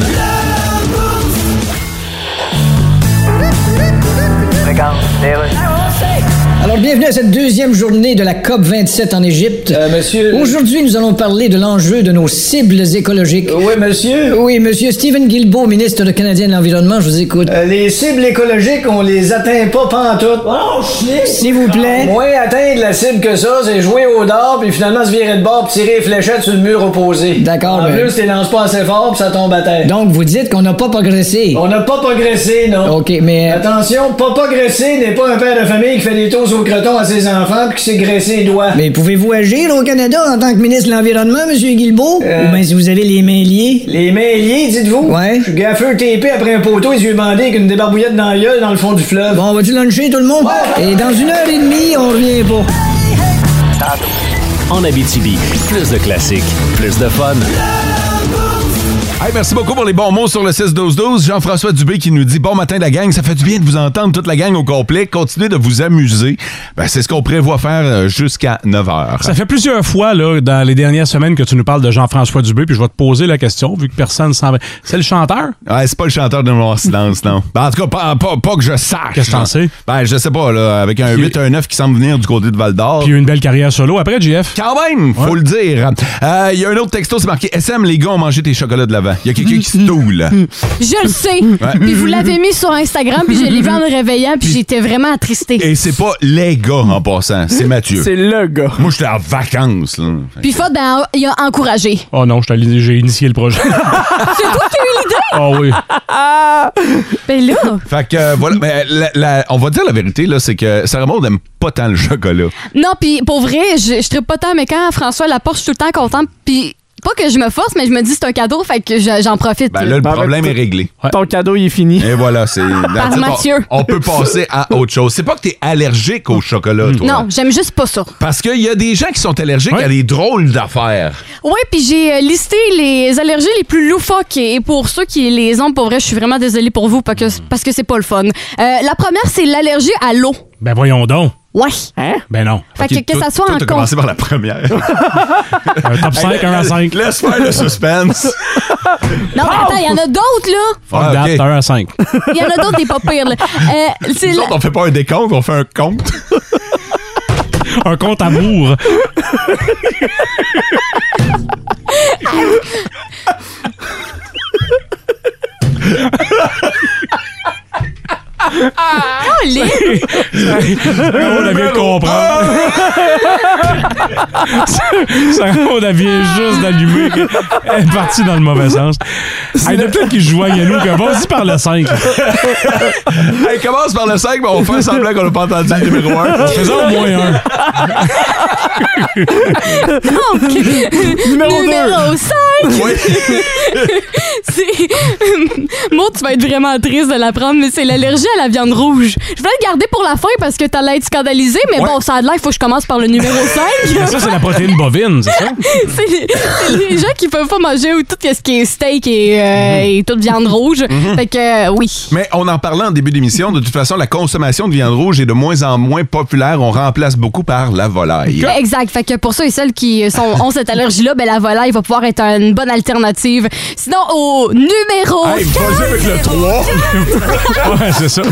Alors, bienvenue à cette deuxième journée de la COP 27 en Égypte. Euh, monsieur- Aujourd'hui, nous allons parler de l'enjeu de nos cibles écologiques. Oui, monsieur. Oui, monsieur Stephen Guilbeault, ministre de Canadien de l'Environnement, je vous écoute. Euh, les cibles écologiques, on les atteint pas pantoute. Oh, S'il vous plaît. Moins atteindre la cible que ça, c'est jouer au dard, puis finalement se virer de bord, puis tirer les fléchettes sur le mur opposé. En D'accord, ben- plus, t'es lance pas assez fort, puis ça tombe à terre. Donc, vous dites qu'on n'a pas progressé. On n'a pas progressé, non. OK, mais... euh, Attention, pas progressé n'est pas un père de famille qui fait des tours au croton à ses enfants puis qui s'est graissé les doigts. Mais pouvez-vous agir au Canada en tant que ministre de l'Environnement, monsieur Guilbeault? Euh, Ou bien si vous avez les mains liées? Les mains liées, dites-vous? Ouais. Je suis gaffeux TP après un poteau et je lui ai demandé avec une débarbouillette dans l'œil dans le fond du fleuve. Bon, vas-tu luncher tout le monde? Et dans une heure et demie, on revient pas. En Abitibi, plus de classiques, plus de fun. Hey, merci beaucoup pour les bons mots sur le 6-12-12. Jean-François Dubé qui nous dit Bon matin, la gang. Ça fait du bien de vous entendre, toute la gang au complet. Continuez de vous amuser. Ben, c'est ce qu'on prévoit faire euh, jusqu'à 9 h. Ça fait plusieurs fois là, dans les dernières semaines que tu nous parles de Jean-François Dubé, puis je vais te poser la question, vu que personne ne semble. C'est le chanteur? Ouais, c'est pas le chanteur de Noir Silence, non. Ben, en tout cas, pas, pas- pas que je sache. Qu'est-ce que t'en là. sais? Ben, je sais pas, là. Avec un 8, un 9 qui semble venir du côté de Val d'Or. Puis il y a eu une belle carrière solo après, JF. Quand même, faut le dire. Euh, Il y a un autre texto, c'est marqué SM, les gars ont mangé tes chocolats de l'avant. Il y a quelqu'un qui se toule. Je le sais. Ouais. Puis vous l'avez mis sur Instagram, puis je l'ai vu en me réveillant, puis j'étais vraiment attristée. Et c'est pas les gars en passant, c'est Mathieu. C'est le gars. Moi, j'étais en vacances, là. Puis Fod, ben, il a encouragé. Oh non, je t'ai- j'ai initié le projet. C'est toi qui as eu l'idée? Ah oui. Ben là, Fait que euh, voilà, mais la- la- on va dire la vérité, là, c'est que Sarah Maud aime pas tant le chocolat. Non, puis pour vrai, je, je trippe pas tant, mais quand François Laporte, je suis tout le temps contente. Puis pas que je me force, mais je me dis c'est un cadeau, fait que je- j'en profite. Ben là, le problème est réglé. Ton cadeau, il est fini. Et voilà, c'est. that's it. On- Mathieu. On, peut passer à autre chose. C'est pas que t'es allergique au chocolat, toi. Non, j'aime juste pas ça. Parce qu'il y a des gens qui sont allergiques à des drôles d'affaires. Oui, puis j'ai euh, listé les allergies les plus loufoques. Et pour ceux qui les ont, pour vrai, je suis vraiment désolée pour vous parce Mm. que, parce que c'est pas le fun. Euh, la première, c'est l'allergie à l'eau. Ben voyons donc. Ouais. Ben non. Fait que- que ça soit en T'as commencé par la première. un top 5, un à 5. Laisse faire le suspense. Ah, Non, mais attends, il y en a d'autres, là. Fuck that, t'as un à 5. Il y en a d'autres, des pas pires, là. Euh, c'est Nous la- autres, on fait pas un décompte, on fait un compte. un compte amour. Oh, les- on avait comprendre. ça, on avait juste d'allumer. Elle est partie dans le mauvais sens. Elle a peut-être qu'il jouait à nous. que Vas-y par le 5. hey, commence par le 5, mais on fait semblant qu'on n'a pas entendu le numéro 1. Faisons au moins un. Donc, numéro, deux. 5. c'est. euh, Maud, tu vas être vraiment triste de l'apprendre, mais c'est l'allergie à la viande rouge. Je voulais le garder pour la fin parce que t'allais être scandalisé, mais bon, ça a l'air, il faut que je commence par le numéro 5. Mais ça, c'est la protéine bovine, c'est ça? c'est les, c'est les gens qui peuvent pas manger ou tout ce qui est steak et, euh, Mhm. et toute viande rouge. Fait que, euh, oui. Mais on en parlait en début d'émission, de toute façon, la consommation de viande rouge est de moins en moins populaire. On remplace beaucoup par la volaille. Ben, Exact. Fait que pour ceux et celles qui sont, ont cette allergie-là, ben la volaille va pouvoir être une bonne alternative. Sinon, au numéro Hey, quatre, vas-y avec le 3. ouais, c'est ça.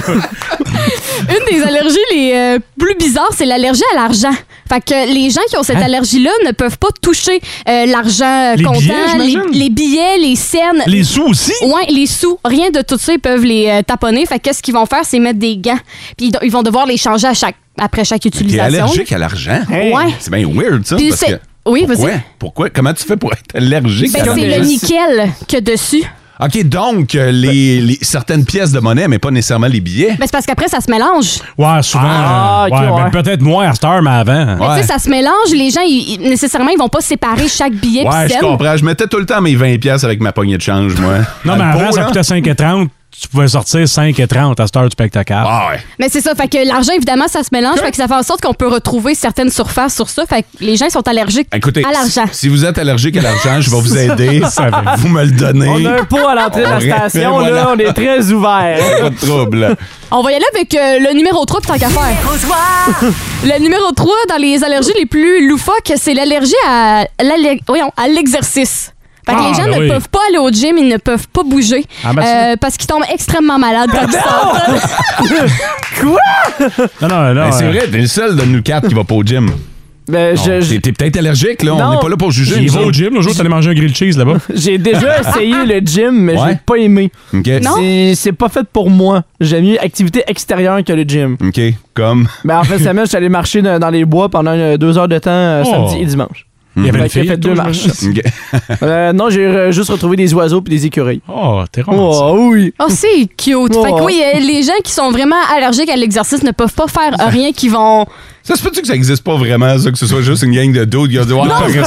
Une des allergies les euh, plus bizarres, c'est l'allergie à l'argent. Fait que les gens qui ont cette allergie-là ne peuvent pas toucher euh, l'argent Les comptant, billets, les, j'imagine? les billets, les scènes. Les sous aussi? Ouais, les sous. Rien de tout ça, ils peuvent les euh, taponner. Fait que qu'est-ce qu'ils vont faire, c'est mettre des gants. Puis ils do- ils vont devoir les changer à chaque, après chaque T'es utilisation. allergique à l'argent? Ouais. C'est bien weird, ça. Puis Parce c'est- que... Oui, vas-y. pourquoi? Pourquoi? Comment tu fais pour être allergique Ben, à l'argent? c'est le nickel que dessus. OK, donc, euh, les, les- certaines pièces de monnaie, mais pas nécessairement les billets. Ben, c'est parce qu'après, ça se mélange. Ouais, souvent. Ah, euh, ok, ouais, ouais. ben, peut-être moins à cette heure, mais avant. Mais Tu sais, ça se mélange. Les gens, ils- ils- nécessairement, ils vont pas séparer chaque billet Ouais, puis je scène. comprends. Je mettais tout le temps mes 20 pièces avec ma poignée de change, moi. Non, mais Dans le avant, pot, ça là. coûtait 5 et 30. Tu pouvais sortir 5 et 30 à cette heure du spectacle. Ah ouais. Mais c'est ça, fait que l'argent, évidemment, ça se mélange, fait que ça fait en sorte qu'on peut retrouver certaines surfaces sur ça, fait que les gens ils sont allergiques Écoutez, à l'argent. si si vous êtes allergique à l'argent, je vais vous aider. Ça va. vous me le donnez. On a un pot à l'entrée de la On répète, station, voilà. là. On est très ouvert. Pas de trouble. On va y aller avec euh, le numéro 3 puis tant qu'à faire. le numéro 3 dans les allergies les plus loufoques, c'est l'allergie à l'alle- voyons, à l'exercice. Fait que Ah, les gens ben ne oui. peuvent pas aller au gym, ils ne peuvent pas bouger Ah, ben, tu- euh, parce qu'ils tombent extrêmement malades quand ils sortent. Quoi? Non, non, non. Ben, c'est euh, vrai, t'es le seul de nous quatre qui va pas au gym. Ben, Non, t'es- T'es peut-être allergique, là. On Non. n'est pas là pour juger. Il nous va au autres. gym, le jour, t'allais manger un grilled cheese là-bas. J'ai déjà essayé le gym, mais Ouais. j'ai pas aimé. OK. C'est- C'est pas fait pour moi. J'aime mieux activité extérieure que le gym. OK, comme. Ben, en fait, cette semaine, j'allais marcher dans, dans les bois pendant euh, deux heures de temps, euh, Oh. samedi et dimanche. Il y avait Fait une que j'ai fille, fait toi, deux marches. OK. Euh, non, j'ai euh, juste retrouvé des oiseaux puis des écureuils. Oh, t'es Oh, oui. Oh, c'est cute. Fait que Oh. oui, euh, les gens qui sont vraiment allergiques à l'exercice ne peuvent pas faire euh, rien qui vont Ça se peut-tu que ça existe pas vraiment, ça, que ce soit juste une gang de dudes qui ont dit Ouais, Non. paresseux.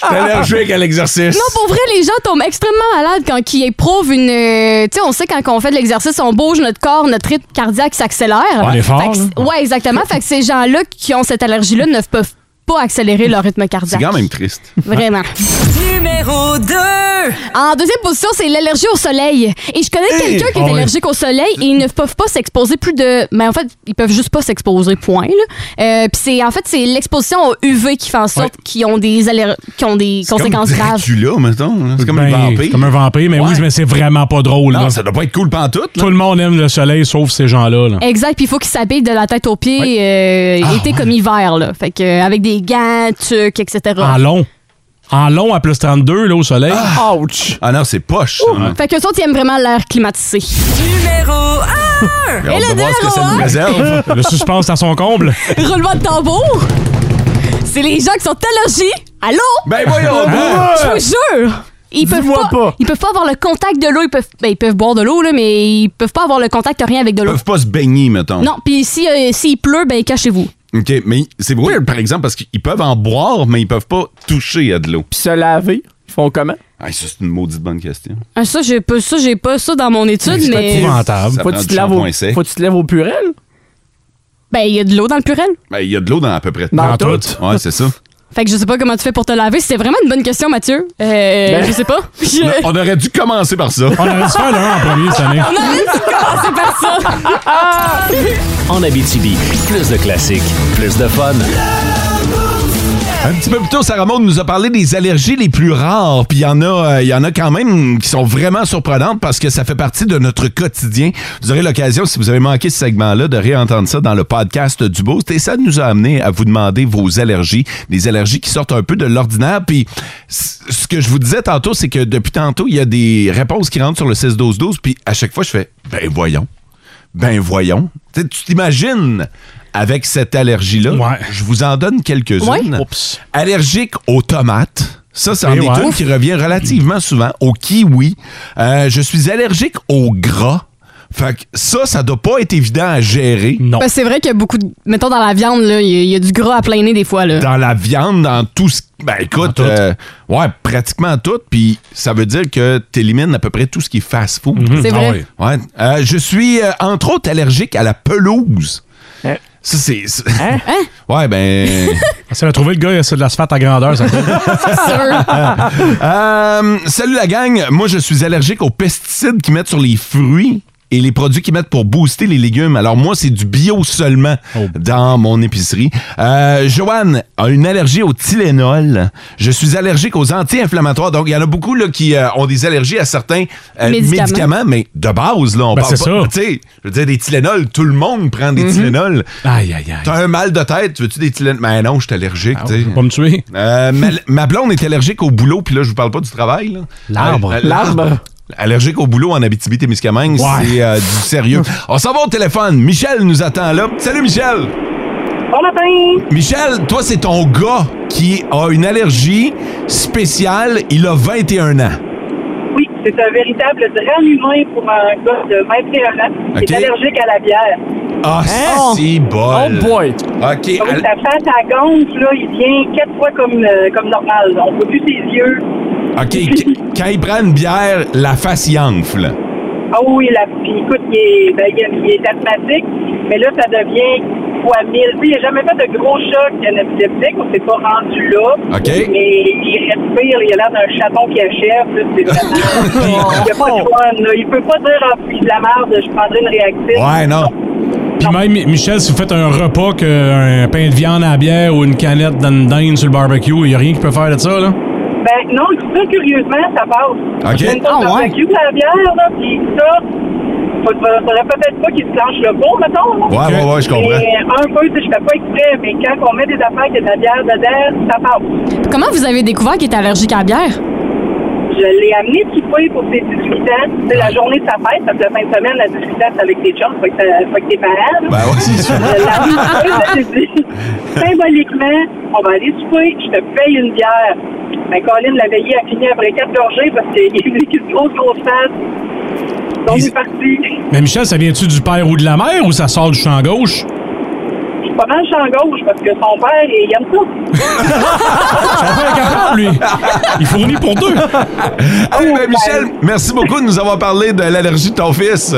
Je suis allergique à l'exercice. Non, pour vrai, les gens tombent extrêmement malades quand ils éprouvent une. euh, tu sais, on sait quand on fait de l'exercice, on bouge notre corps, notre rythme cardiaque s'accélère. On est fort, Fait que- là. Ouais, exactement. fait que ces gens-là qui ont cette allergie-là ne peuvent pas accélérer leur rythme C'est cardiaque. quand même triste. Vraiment. Numéro 2. En deuxième position, c'est l'allergie au soleil. Et je connais Hey! quelqu'un qui est Ah ouais. allergique au soleil et ils ne peuvent pas s'exposer plus de. Mais en fait, ils peuvent juste pas s'exposer, point. là. Euh, Puis c'est en fait, c'est l'exposition au UV qui fait en sorte Ouais. qu'ils ont des aller- qui ont des conséquences comme graves. Dracula, mettons. là. C'est comme un vampire. Ben, Comme un vampire, mais oui, mais c'est vraiment pas drôle. Non, ça doit pas être cool pantoute. Tout le monde aime le soleil, sauf ces gens-là. là. Exact, puis il faut qu'ils s'habillent de la tête aux pieds, euh, Ah, été comme hiver, là. Fait que, euh, avec des gants, tucs, etc. En Ah, long. En long à plus 32, là, au soleil. Ouch! Ah non, c'est poche. Fait que ça, ils aiment vraiment l'air climatisé. Numéro 1! Et le hein? numéro un. Le suspense à son comble. Roulement de tambour! C'est les gens qui sont allergiques à l'eau! Ben voyons donc! Je vous jure! Ils peuvent pas, ils peuvent pas avoir le contact de l'eau, ils peuvent ben, ils peuvent boire de l'eau là, mais ils peuvent pas avoir le contact rien avec de Ils l'eau. peuvent pas se baigner, mettons. Non, puis si euh, s'il pleut, ben cachez-vous. OK, mais c'est weird, par exemple, parce qu'ils peuvent en boire, mais ils peuvent pas toucher à de l'eau. Puis se laver, ils font comment? Ah, ça, c'est une maudite bonne question. Ah, ça j'ai pas ça j'ai pas ça dans mon étude mais Ça Faut que prend tu du te laves au- shampoing sec. faut que tu te lèves au purel. ben il y a de l'eau dans le purel. Ben, il y a de l'eau dans à peu près Dans tout. Ouais, c'est ça. Fait que je sais pas comment tu fais pour te laver, c'est vraiment une bonne question Mathieu. Euh, Ben, je sais pas. Je- Non, On aurait dû commencer par ça. On aurait dû faire le un hein, en premier cette année. On aurait dû commencer par ça. En Abitibi, plus de classiques, plus de fun. Un petit peu plus tôt, Sarah Maud nous a parlé des allergies les plus rares, puis il y en a, euh, il y en a quand même qui sont vraiment surprenantes parce que ça fait partie de notre quotidien. Vous aurez l'occasion, si vous avez manqué ce segment-là, de réentendre ça dans le podcast du Boost. Et ça nous a amené à vous demander vos allergies, des allergies qui sortent un peu de l'ordinaire. Puis c- ce que je vous disais tantôt, c'est que depuis tantôt, il y a des réponses qui rentrent sur le 16-12-12, puis à chaque fois, je fais « Ben voyons, ben voyons. » Tu sais, tu t'imagines avec cette allergie-là. Je vous en donne quelques-unes Ouais. allergique aux tomates. Ça, c'est un Eh des ouais. trucs qui revient relativement souvent. Au kiwi. Euh, je suis allergique au gras. Fait que ça, ça doit pas être évident à gérer. Non. Parce que c'est vrai qu'il y a beaucoup de mettons dans la viande là, il y, a- il y a du gras à plein nez des fois là. Dans la viande, dans tout ce. Ben écoute, euh, ouais, pratiquement tout. Puis ça veut dire que tu élimines à peu près tout ce qui est fast-food. C'est Ah vrai. Ouais. Euh, je suis, euh, entre autres, allergique à la pelouse. Euh. Ça, c'est. c'est- Hein? Ouais, ben. Ça a trouvé le gars, c'est de l'asphalte à grandeur, ça. Euh, salut la gang. Moi, je suis allergique aux pesticides qu'ils mettent sur les fruits et les produits qu'ils mettent pour booster les légumes. Alors moi, c'est du bio seulement Oh. dans mon épicerie. Euh, Joanne a une allergie au Tylenol. Je suis allergique aux anti-inflammatoires. Donc, il y en a beaucoup là, qui euh, ont des allergies à certains euh, Médicaments. médicaments. mais de base, là, on Ben, parle c'est pas... ça. Tu sais, je veux dire, des Tylenol, tout le monde prend des Mhm. Tylenol. Aïe, aïe, Ah aïe. T'as un mal de tête, veux-tu des Tylenol? Ben non, je suis allergique. tu sais. Pas me tuer. Euh, ma, ma blonde est allergique au boulot, puis là, je vous parle pas du travail. là. L'arbre. Euh, Allergique au boulot en Abitibi-Témiscamingue, Ouais. c'est euh, du sérieux. On s'en va au téléphone. Michel nous attend là. Salut, Michel! Bon matin! Michel, toi, c'est ton gars qui a une allergie spéciale. Il a 21 ans. Oui, c'est un véritable drame humain pour un gars de 21 ans qui est Ok. allergique à la bière. Ah, si bol! Hein? Oh boy. OK. Donc, al- sa face à gonfle, là, il vient quatre fois comme, euh, comme normal. On voit plus ses yeux. OK. qu- Quand il prend une bière, la face y enfle. Ah oui, la, puis écoute, il est, ben, il est- il est asthmatique, mais là, ça devient fois mille. Tu sais, il n'a jamais fait de gros choc anaphylactique, on s'est pas rendu là. OK. Mais il respire, il a l'air d'un chaton qui achève. Là, c'est vraiment- il n'y a pas de fun, là. Il peut pas dire, ah, puis de la merde, je prendrai une réactive. Ouais, non. Puis même, Mi- Michel, si vous faites un repas qu'un pain de viande à la bière ou une canette d'une dinde sur le barbecue, il n'y a rien qui peut faire de ça, là? Ben non, ça, curieusement, ça passe. OK. J'aime pas Ah, le ouais. barbecue, la bière, là, puis ça, faut- faudrait peut-être pas qu'il se clenche le pot, mettons. là. Ouais, ouais, ouais, je comprends. Mais un peu, tu sais, je fais pas exprès, mais quand on met des affaires qui a de la bière dedans, ça passe. Comment vous avez découvert qu'il était allergique à la bière? Je l'ai amené souper pour ses 18 ans. C'est la journée de sa fête, parce que la fin de semaine, la 18 ans, c'est avec tes chums, faut que, t'as- faut que tes parents. là. Ben ouais, c'est sûr. Je l'ai amené souper, je me suis dit, Symboliquement, on va aller souper, je te paye une bière. Ben, Colin la veillée a fini après quatre gorgées parce qu'il est venu avec une grosse, grosse face. Donc, il est parti. Mais Michel, ça vient-tu du père ou de la mère ou ça sort du champ gauche? Je suis pas mal champ gauche parce que son père, il aime ça. lui. Il fournit pour deux. Ah ben. Hey, ben, Michel, merci beaucoup de nous avoir parlé de l'allergie de ton fils.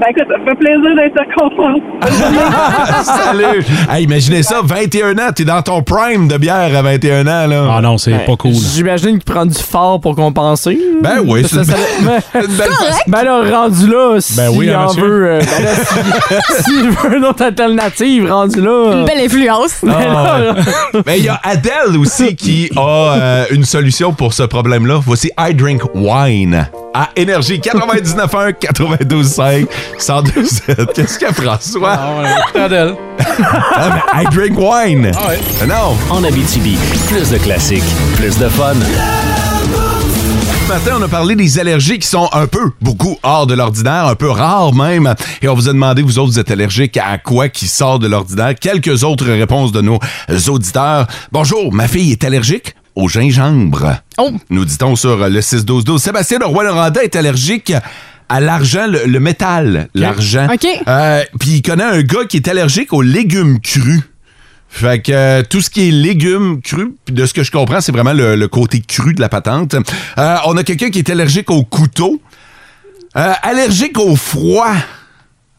Ben écoute, ça me fait plaisir d'être content. Salut! Hey, imaginez ça, 21 ans, t'es dans ton prime de bière à 21 ans, là. Ah non, c'est pas cool. Ben, J'imagine qu'il prend du fort pour compenser. Ben oui, Parce c'est que une ça- belle- ben- une belle Ben là, rendu là, si Ben oui, hein, en Mathieu? veut, euh, ben là, si- s'il veut une autre alternative, rendu là. Une belle influence. Ben là, Ah, ouais. Mais il y a Adele aussi qui a euh, une solution pour ce problème-là. Voici I Drink Wine à Énergie 99.1, 92.5, 102.7. Qu'est-ce qu'il y a, François? Ah Adele. Ah, I Drink Wine. Ah Non. En Abitibi, plus de classiques, plus de fun. Ce matin, on a parlé des allergies qui sont un peu, beaucoup hors de l'ordinaire, un peu rares même. Et on vous a demandé, vous autres, vous êtes allergiques à quoi qui sort de l'ordinaire? Quelques autres réponses de nos auditeurs. Bonjour, ma fille est allergique au gingembre. Oh. Nous dit-on sur le 6-12-12. Sébastien Leroy-Noranda est allergique à l'argent, le, le métal, l'argent. OK. Euh, Puis il connaît un gars qui est allergique aux légumes crus. Fait que euh, tout ce qui est légumes crus, puis de ce que je comprends, c'est vraiment le, le côté cru de la patente. Euh, on a quelqu'un qui est allergique au couteau. Euh, allergique au froid.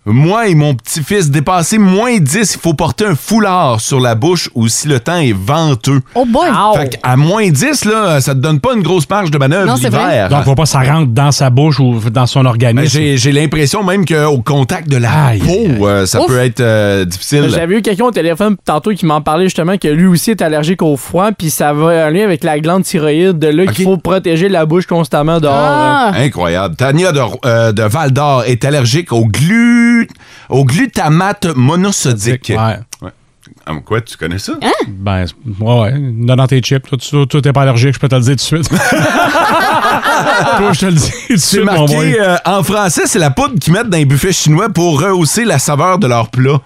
Moi et mon petit-fils, dépassé moins 10, il faut porter un foulard sur la bouche ou si le temps est venteux. Oh boy! Fait qu'à moins 10, là, ça te donne pas une grosse marge de manœuvre l'hiver. Donc, faut pas que ça rentre dans sa bouche ou dans son Mais organisme. J'ai j'ai l'impression même qu'au contact de la peau, euh, ça Ouf. peut être euh, difficile. J'avais eu quelqu'un au téléphone tantôt qui m'en parlait justement que lui aussi est allergique au froid, puis ça va en lien avec la glande thyroïde, de là qu'il faut protéger la bouche constamment dehors. hein. Ah! Incroyable. Tania de, euh, de Val d'Or est allergique au, glu... au glutamate monosodique. Ouais. Ah, mais Quoi, tu connais ça? Ben, c'est- ouais, ouais. Donne dans tes chips. Toi, tu toi, t'es pas allergique, je peux te le dire tout de suite. Toi, je te le dis tout de Ah, C'est suite, mon boy. marqué euh, en français, c'est la poudre qu'ils mettent dans les buffets chinois pour rehausser la saveur de leur plat.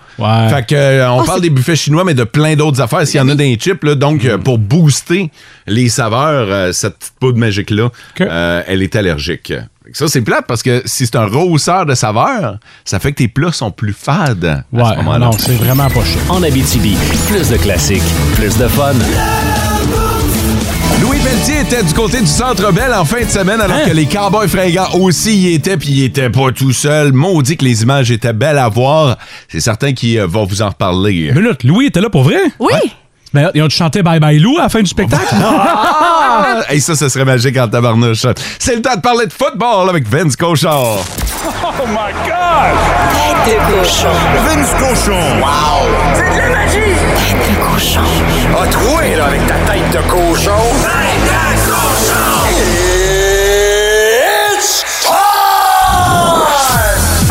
Fait que, euh, on Ah, parle c'est- des buffets chinois, mais de plein d'autres affaires. S'il y en a dans les chips, là, donc euh, pour booster les saveurs, euh, cette petite poudre magique-là, euh, elle est allergique. Fait que Ça, c'est plate parce que si c'est un rehausseur de saveur, ça fait que tes plats sont plus fades. à ce moment-là. non, c'est vraiment pas cher. En Abitibi, plus de classiques, plus de fun. Louis Pelletier était du côté du Centre Bell en fin de semaine alors Hein? que les Cowboys fringants aussi y étaient puis ils étaient pas tout seuls. Maudit que les images étaient belles à voir. C'est certain qu'il euh, va vous en reparler. Minute, Louis était là pour vrai? Oui! Mais ils ont chanté Bye Bye Lou à la fin du spectacle? Ah! Et ça, ce serait magique en tabarnouche. C'est le temps de parler de football avec Vince Cochard. Oh my God! Tête de cochon. Vince cochon. Wow! C'est de la magie! Tête de cochon. A troué, là, avec ta tête de cochon. Tête de cochon! It's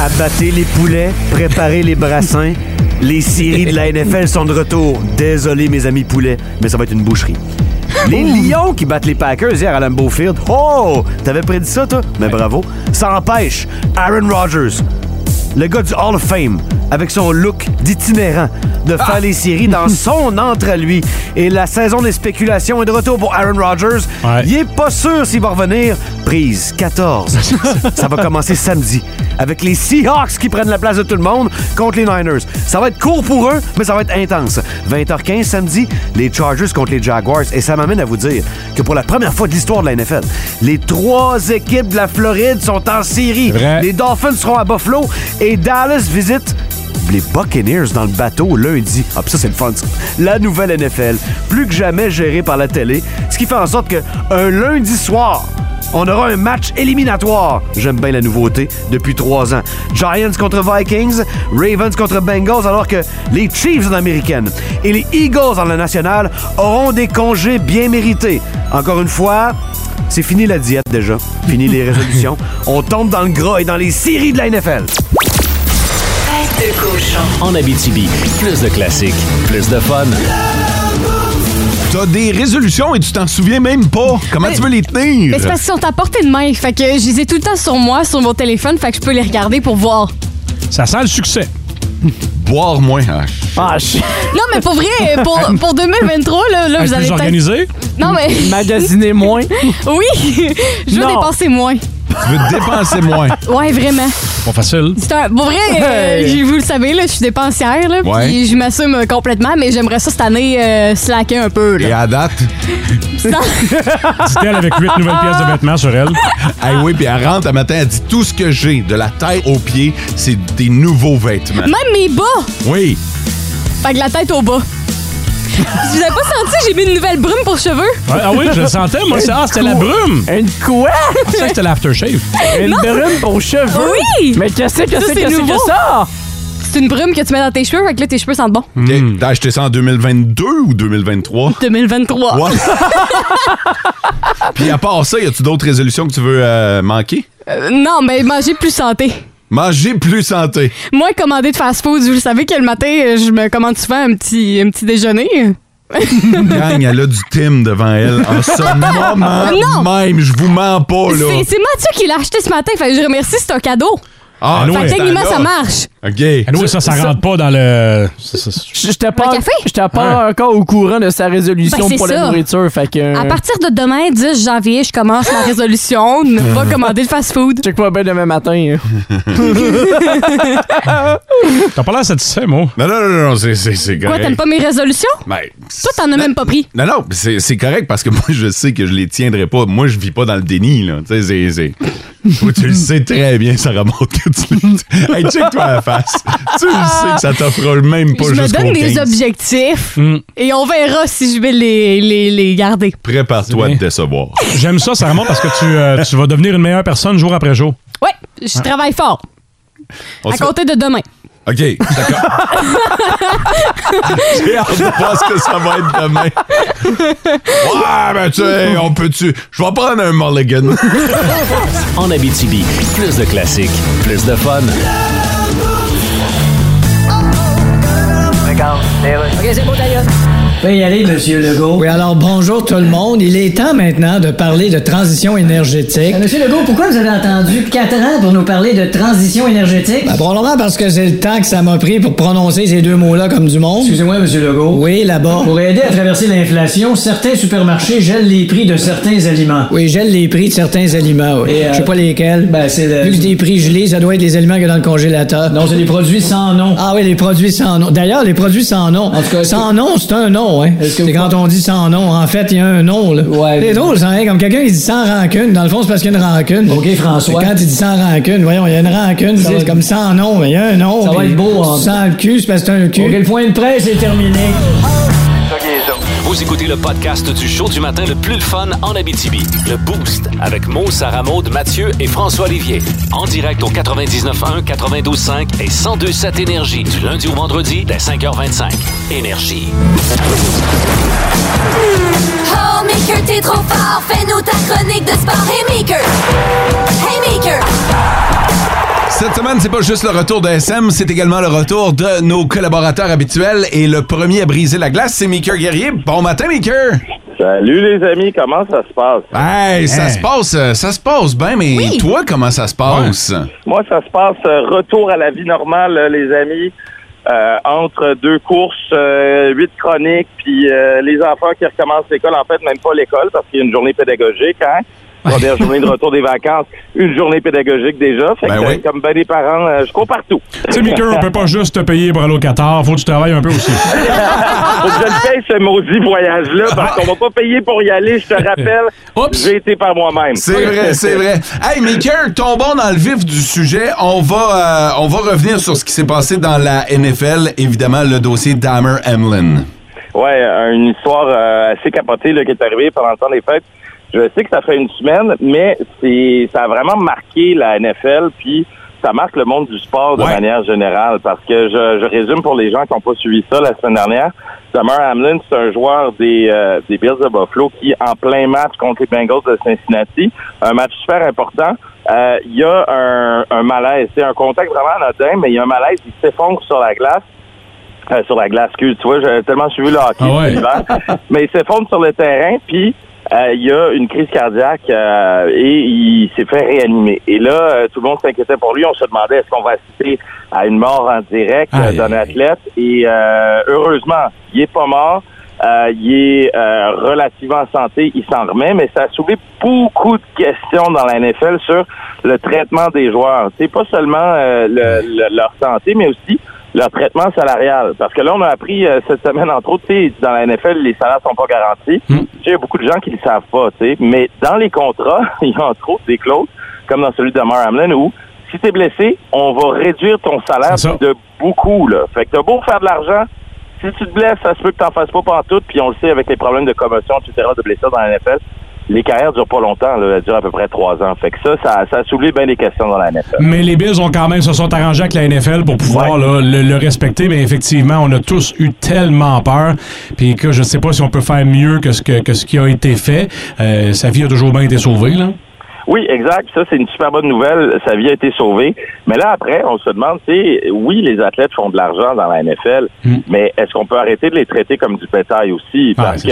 Abattez les poulets, préparez les brassins. Les séries de la NFL sont de retour. Désolé, mes amis poulets, mais ça va être une boucherie. Oh. Les Lions qui battent les Packers hier à Lambeau Field. Oh! T'avais prédit ça, toi? Mais bravo. Ça empêche Aaron Rodgers, le gars du Hall of Fame, avec son look d'itinérant, de faire les séries dans son entre à lui. Et la saison des spéculations est de retour pour Aaron Rodgers. Il est pas sûr s'il va revenir. Prise 14. ça va commencer samedi avec les Seahawks qui prennent la place de tout le monde contre les Niners. Ça va être court pour eux, mais ça va être intense. 20h15 samedi, les Chargers contre les Jaguars. Et ça m'amène à vous dire que pour la première fois de l'histoire de la NFL, les trois équipes de la Floride sont en série. Les Dolphins seront à Buffalo et Dallas visite les Buccaneers dans le bateau lundi. Ah, puis ça, c'est le fun. ça. La nouvelle NFL, plus que jamais gérée par la télé, ce qui fait en sorte que un lundi soir, on aura un match éliminatoire. J'aime bien la nouveauté depuis trois ans. Giants contre Vikings, Ravens contre Bengals, alors que les Chiefs en américaine et les Eagles en la nationale auront des congés bien mérités. Encore une fois, c'est fini la diète déjà, fini les résolutions. On tombe dans le gras et dans les séries de la NFL. Tête de cochon. En Abitibi, plus de classiques, plus de fun. T'as des résolutions et tu t'en souviens même pas. Comment tu veux les tenir? Mais c'est parce qu'ils sont à portée de main. Fait que je les ai tout le temps sur moi, sur mon téléphone, fait que je peux les regarder pour voir. Ça sent le succès. Boire moins. Ah, Non, mais pour vrai, pour, pour 2023, là, là Être vous allez plus peut-être- organisé? Non, mais... Magasiner moins. Oui! je veux Non. dépenser moins. tu veux dépenser moins. Ouais, vraiment. Pas facile. C'est un- Pour vrai, euh, Hey. j'ai- vous le savez, là, je suis dépensière, là, Ouais. puis je m'assume euh, complètement, mais j'aimerais ça cette année euh, slacker un peu. Et Là. à date, Dit-elle avec huit nouvelles pièces de vêtements sur elle. Ah oui, puis elle rentre un matin, elle dit tout ce que j'ai, de la tête aux pieds, c'est des nouveaux vêtements. Même mes bas! Oui. Fait que la tête au bas. Vous avez pas senti, j'ai mis une nouvelle brume pour cheveux? Ouais, ah oui, je le sentais. Moi, c'est- ah, c'était la brume. Une quoi? Je pensais que c'était l'aftershave. Une Non. brume pour cheveux? Oui! Mais qu'est-ce que c'est que c'est que nouveau. ça? C'est une brume que tu mets dans tes cheveux, fait que là, tes cheveux sentent bon. Hmm. OK. T'as acheté ça en 2022 ou 2023? 2023. Ouais. Puis à part ça, y a-tu d'autres résolutions que tu veux euh, manquer? Euh, non, mais manger plus santé. Manger plus santé. Moi, commander de fast-food, vous le savez que le matin, euh, je me commande souvent un petit, un petit déjeuner. Gang, elle a du Tim devant elle. En ce moment Non. même, je vous mens pas, Oh, là. C'est c'est Mathieu qui l'a acheté ce matin, fait que je remercie, c'est un cadeau. Ah, Fait que ouais. techniquement, Là. ça marche. OK. Nous, Ah ça, ça rentre pas dans le. ça, ça, ça. J'étais pas, j'étais pas encore au courant de sa résolution Ben, c'est pour ça. la nourriture. Fait Euh. que, euh, À partir de demain, 10 janvier, je commence ma résolution de ne pas commander de fast-food. Check pas bien demain matin. hein. T'as pas l'air satisfait, moi. Non, non, non, non, c'est- c'est c'est Quoi, correct. t'aimes pas mes résolutions? Ben, Toi, t'en as même pas pris. Non, non, c'est c'est correct parce que moi, je sais que je les tiendrai pas. Moi, je vis pas dans le déni, là. Tu sais, c'est- c'est. Toi, tu le sais très bien, ça remonte que tu le- Hey, check-toi la face. tu le sais que ça t'offre même pas je me jusqu'au donne des 15. objectifs Hmm. et on verra si je vais les, les, les garder. Prépare-toi à te décevoir. J'aime ça, Sarah, Maud, parce que tu, euh, tu vas devenir une meilleure personne jour après jour. Ouais, je Ouais. travaille fort. On à se- compter de demain. OK, d'accord. J'ai hâte de voir ce que ça va être demain. Ouais, ben tu sais, on peut-tu... Je vais prendre un mulligan. En Abitibi, plus de classiques, plus de fun. Ok, c'est bon, d'ailleurs. peut y aller, Monsieur Legault. Oui, alors bonjour tout le monde. Il est temps maintenant de parler de transition énergétique. Euh, Monsieur Legault, pourquoi vous avez entendu 4 ans pour nous parler de transition énergétique? Ben, probablement parce que c'est le temps que ça m'a pris pour prononcer ces deux mots-là comme du monde. Excusez-moi, Monsieur Legault. Oui, là-bas. Pour aider à traverser l'inflation, certains supermarchés gèlent les prix de certains aliments. Oui, gèle les prix de certains aliments. oui. Et, euh, Je sais pas lesquels. ben, c'est le- Vu que c'est des prix gelés, ça doit être les aliments qu'il y a dans le congélateur. Non, c'est des produits sans nom. Ah oui, les produits sans nom. D'ailleurs, les produits sans nom. En tout cas, est-ce sans nom, c'est un nom, hein. C'est quand on dit sans nom, en fait, il y a un nom, là. c'est drôle, ça, hein. Comme quelqu'un qui dit sans rancune. Dans le fond, c'est parce qu'il y a une rancune. OK, François. Quand il dit sans rancune, voyons, il y a une rancune. Ça C'est va- comme sans nom, mais il y a un nom. Ça va puis être beau, si en- tu sens le cul, c'est parce que c'est un cul. OK, le point de presse est terminé. Vous écoutez le podcast du show du matin le plus le fun en Abitibi. Le Boost avec Mo, Sarah Maud, Mathieu et François Olivier. En direct au 99.1, 92.5 et 102.7 Énergie du lundi au vendredi dès 5h25. Énergie. Oh, Maker, t'es trop fort. Fais-nous ta chronique de sport. Hey, Maker. Hey, Maker. Cette semaine, c'est pas juste le retour de SM, c'est également le retour de nos collaborateurs habituels. Et le premier à briser la glace, c'est Maker Guerrier. Bon matin, Maker! Salut les amis, comment ça se passe? Hey, ça se passe, euh, ça se passe bien, mais toi, comment ça se passe? Moi, ça se passe euh, retour à la vie normale, euh, les amis. Euh, entre deux courses, euh, huit chroniques, puis euh, les enfants qui recommencent l'école, en fait, même pas l'école, parce qu'il y a une journée pédagogique, hein? Première journée de retour des vacances, une journée pédagogique déjà. Fait que, Ben euh, oui. comme ben des parents, euh, je cours partout. Tu sais, Mickey, on peut pas juste te payer pour aller au Qatar. Faut que tu travailles un peu aussi. Faut que je le paye, ce maudit voyage-là, parce qu'on va pas payer pour y aller, je te rappelle. J'ai été par moi-même. C'est vrai, c'est vrai. Hey, Maker, tombons dans le vif du sujet. On va, euh, on va revenir sur ce qui s'est passé dans la NFL. Évidemment, le dossier Dahmer Hamlin. Ouais, euh, une histoire euh, assez capotée là, qui est arrivée pendant le temps des fêtes. Je sais que ça fait une semaine, mais c'est ça a vraiment marqué la NFL, puis ça marque le monde du sport de manière générale. Parce que je, je résume pour les gens qui n'ont pas suivi ça la semaine dernière, Summer Hamlin, c'est un joueur des, euh, des Bills de Buffalo qui, en plein match contre les Bengals de Cincinnati, un match super important, euh, il y a un, un malaise. C'est un contact vraiment anodin, mais il y a un malaise, il s'effondre sur la glace. Euh, sur la glace, excuse, tu vois, j'ai tellement suivi le hockey cet hiver. Mais il s'effondre sur le terrain, puis euh, il y a une crise cardiaque euh, et il s'est fait réanimer. Et là, euh, tout le monde s'inquiétait pour lui. On se demandait est-ce qu'on va assister à une mort en direct euh, d'un athlète. Et euh, heureusement, il est pas mort. Euh, il est euh, relativement en santé, il s'en remet, mais ça a soulevé beaucoup de questions dans la NFL sur le traitement des joueurs. C'est pas seulement euh, le- le- leur santé, mais aussi leur traitement salarial. Parce que là, on a appris euh, cette semaine, entre autres, tu sais, dans la NFL, les salaires sont pas garantis. Tu sais, Il y a beaucoup de gens qui le savent pas, tu sais. mais dans les contrats, il y a entre autres des clauses, comme dans celui de Mar Hamlin, où si tu es blessé, on va réduire ton salaire de beaucoup. Là. Fait que t'as beau faire de l'argent, si tu te blesses, ça se peut que t'en fasses pas pantoute, puis on le sait avec les problèmes de commotion, etc., de blessures dans la NFL, les carrières durent pas longtemps, là, elles durent à peu près trois ans. Fait que ça, ça, ça a soulevé bien des questions dans la NFL. Mais les Bills ont quand même se sont arrangés avec la NFL pour pouvoir là, le, le respecter. Mais effectivement, on a tous eu tellement peur. Puis que je ne sais pas si on peut faire mieux que ce, que, que ce qui a été fait. Euh, sa vie a toujours bien été sauvée. Là. Oui, exact. Ça, c'est une super bonne nouvelle. Sa vie a été sauvée. Mais là, après, on se demande, tu sais, oui, les athlètes font de l'argent dans la NFL, Mm. mais est-ce qu'on peut arrêter de les traiter comme du bétail aussi? Parce que,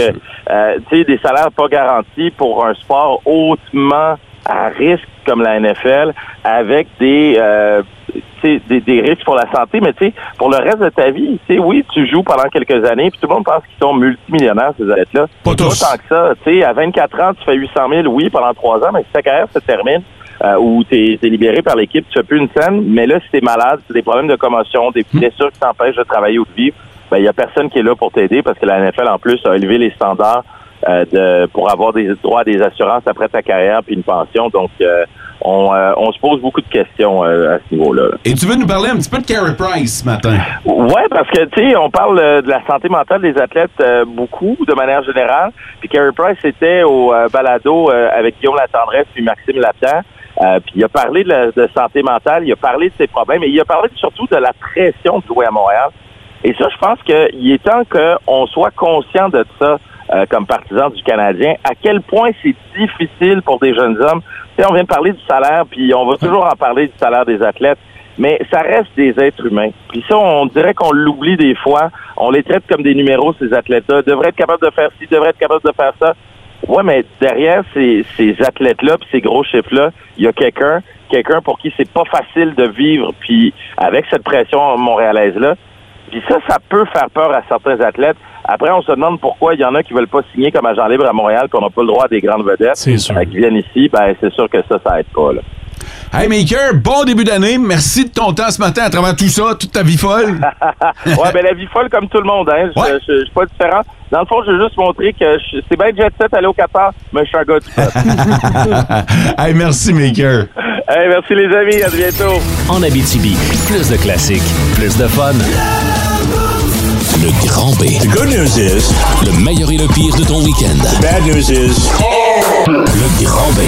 euh, tu sais, des salaires pas garantis pour un sport hautement à risque comme la NFL, avec des, euh, tu sais, des, des risques pour la santé, mais tu sais, pour le reste de ta vie, tu sais, oui, tu joues pendant quelques années, puis tout le monde pense qu'ils sont multimillionnaires, ces athlètes-là. Pas tous. tant que ça. Tu sais, à 24 ans, tu fais 800 000, oui, pendant trois ans, mais si ta carrière se termine, euh, ou tu es, libéré par l'équipe, tu fais plus une scène, mais là, si t'es malade, si t'as des problèmes de commotion, des blessures qui t'empêchent de travailler ou de vivre, ben, il n'y a personne qui est là pour t'aider parce que la NFL, en plus, a élevé les standards euh, de, pour avoir des droits à des assurances après ta carrière puis une pension. Donc, euh, on, euh, on se pose beaucoup de questions euh, à ce niveau-là. Et tu veux nous parler un petit peu de Carey Price ce matin? Ouais, parce que tu sais, on parle euh, de la santé mentale des athlètes euh, beaucoup de manière générale. Puis Carey Price était au euh, balado euh, avec Guillaume Latendresse puis Maxime Lapierre. Euh, puis il a parlé de, la- de santé mentale, il a parlé de ses problèmes, et il a parlé surtout de la pression de jouer à Montréal. Et ça, je pense qu'il est temps qu'on soit conscient de ça euh, comme partisans du Canadien, à quel point c'est difficile pour des jeunes hommes. Tu sais, on vient de parler du salaire, puis on va toujours en parler du salaire des athlètes, mais ça reste des êtres humains. Puis ça, on dirait qu'on l'oublie des fois. On les traite comme des numéros, ces athlètes-là. Devraient être capables de faire ci, devraient être capables de faire ça. Ouais, mais derrière ces, ces athlètes-là, puis ces gros chiffres-là, il y a quelqu'un, quelqu'un pour qui c'est pas facile de vivre, puis avec cette pression montréalaise-là, puis ça, ça peut faire peur à certains athlètes. Après, on se demande pourquoi il y en a qui veulent pas signer comme agent libre à Montréal, qu'on n'a pas le droit à des grandes vedettes. C'est sûr. Qui viennent ici, ben c'est sûr que ça, ça aide pas. Là. Hey Maker, bon début d'année. Merci de ton temps ce matin à travers tout ça, toute ta vie folle. ouais, ben la vie folle comme tout le monde, hein. Je- Je je suis pas différent. Dans le fond, je veux juste montrer que je- c'est bien jet set aller au Qatar, mais je suis un gars du peuple. hey, merci Maker. Hey, merci les amis, à bientôt. En Abitibi, plus de classiques, plus de fun. Le grand B. The good news is. Le meilleur et le pire de ton week-end. The bad news is. Le grand B.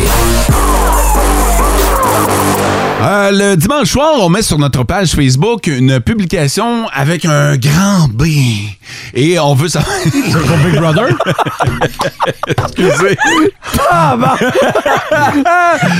Euh, le dimanche soir, on met sur notre page Facebook une publication avec un grand B. Et on veut savoir. Big Brother? Excusez. Ah, bah. Ah!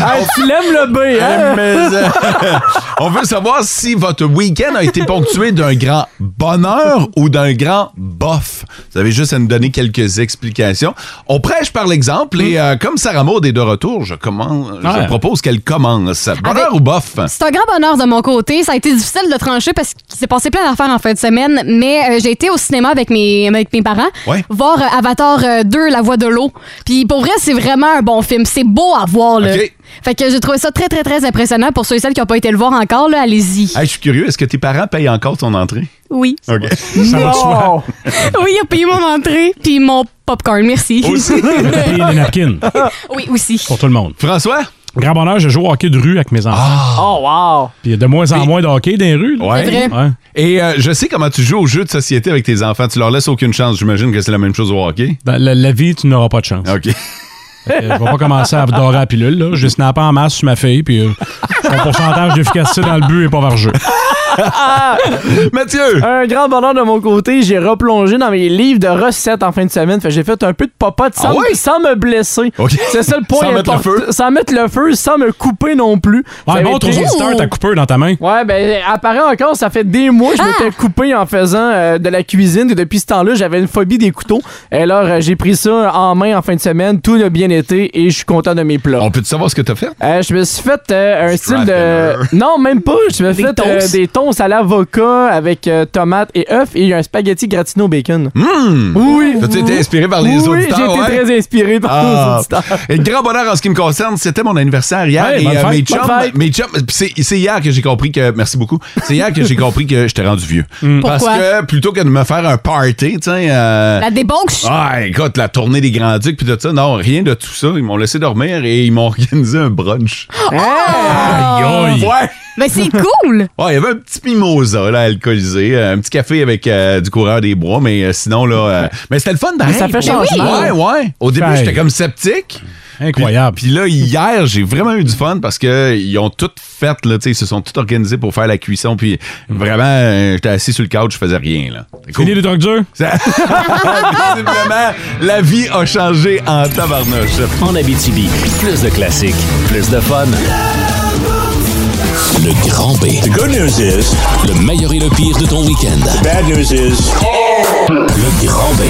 Ah! tu l'aimes le B, hein? euh, on veut savoir si votre week-end a été ponctué d'un grand bonheur ou d'un grand bof. Vous avez juste à nous donner quelques explications. On prêche par l'exemple et euh, comme Sarah Maud est de retour, je, commence, je Ouais. propose qu'elle commence. Bonheur Avec- ou bof? C'est un grand bonheur de mon côté. Ça a été difficile de trancher parce qu'il s'est passé plein d'affaires en fin de semaine, mais euh, j'ai été au cinéma avec mes, avec mes parents Ouais. voir euh, Avatar euh, 2, La Voix de l'eau. Puis pour vrai, c'est vraiment un bon film. C'est beau à voir. Là. Ok. Fait que j'ai trouvé ça très, très, très impressionnant. Pour ceux et celles qui n'ont pas été le voir encore, là, allez-y. Hey, je suis curieux, est-ce que tes parents payent encore ton entrée? Oui. OK. Ça va de soi. oui, il a payé mon entrée, puis mon popcorn. Merci. Et les napkins. oui, aussi. Pour tout le monde. François? Ah. Grand bonheur, je joue au hockey de rue avec mes enfants. Oh, wow! Puis il y a de moins en moins de hockey dans les rues. là. Ouais. Ouais. Et euh, je sais comment tu joues aux jeux de société avec tes enfants. Tu leur laisses aucune chance. J'imagine que c'est la même chose au hockey. Dans la, la vie, tu n'auras pas de chance. OK. Euh, Je vais pas commencer à dorer la pilule. Là. Je vais snapper en masse sur ma fille, puis euh, son pourcentage d'efficacité dans le but est pas vers le jeu. Mathieu! Un grand bonheur de mon côté, j'ai replongé dans mes livres de recettes en fin de semaine. Fait que j'ai fait un peu de popote sans, Ah ouais? sans me blesser. Ok. C'est ça le point Sans mettre le important. feu. Sans mettre le feu, sans me couper non plus. Ça Ouais, avait montre aux été- auditeurs ta coupeur dans ta main. Ouais, ben, apparaît encore, ça fait des mois que je m'étais coupé en faisant euh, de la cuisine. Et depuis ce temps-là, j'avais une phobie des couteaux. Et alors, euh, j'ai pris ça en main en fin de semaine. Tout a bien été et je suis content de mes plats. On peut savoir ce que t'as fait? je me suis fait euh, un style de. Non, même pas. Je me suis fait euh, toasts? des toast à l'avocat avec euh, tomate et œuf et un spaghetti gratiné au bacon. Oui. Mmh! T'as-tu été inspiré par les oui, auditeurs, j'ai été ouais? très inspiré par Ah. nos auditeurs. Et grand bonheur en ce qui me concerne, c'était mon anniversaire hier Hey, et euh, bonne fête, mes bonne chums, fête. mes chums- pis c'est c'est hier que j'ai compris que merci beaucoup. C'est hier que j'ai compris que j'étais rendu vieux. Mm. Parce Pourquoi? que plutôt que de me faire un party, tu sais euh, La débauche. Ah, écoute, la tournée des Grands Ducs puis tout ça, non, rien de tout ça, ils m'ont laissé dormir et ils m'ont organisé un brunch. Aïe, aïe. Ouais. Ah! Mais c'est cool! Ouais, il y avait un petit mimosa là, alcoolisé, euh, un petit café avec euh, du coureur des bois, mais euh, sinon là, euh, mais c'était le fun Mais ça pareil. fait changement. Ouais, ouais. Au début, Hey. j'étais comme sceptique. Incroyable. Puis, puis là, hier, j'ai vraiment eu du fun parce que ils ont tout fait, là, tu sais, ils se sont tout organisés pour faire la cuisson. Puis vraiment, euh, j'étais assis sur le couch, je faisais rien, là. Fini les trucs durs? Visiblement, la vie a changé en tabarnouche. En Abitibi, plus de classiques, plus de fun. Le grand B. The good news is... Le meilleur et le pire de ton week-end. bad news is... Le grand B.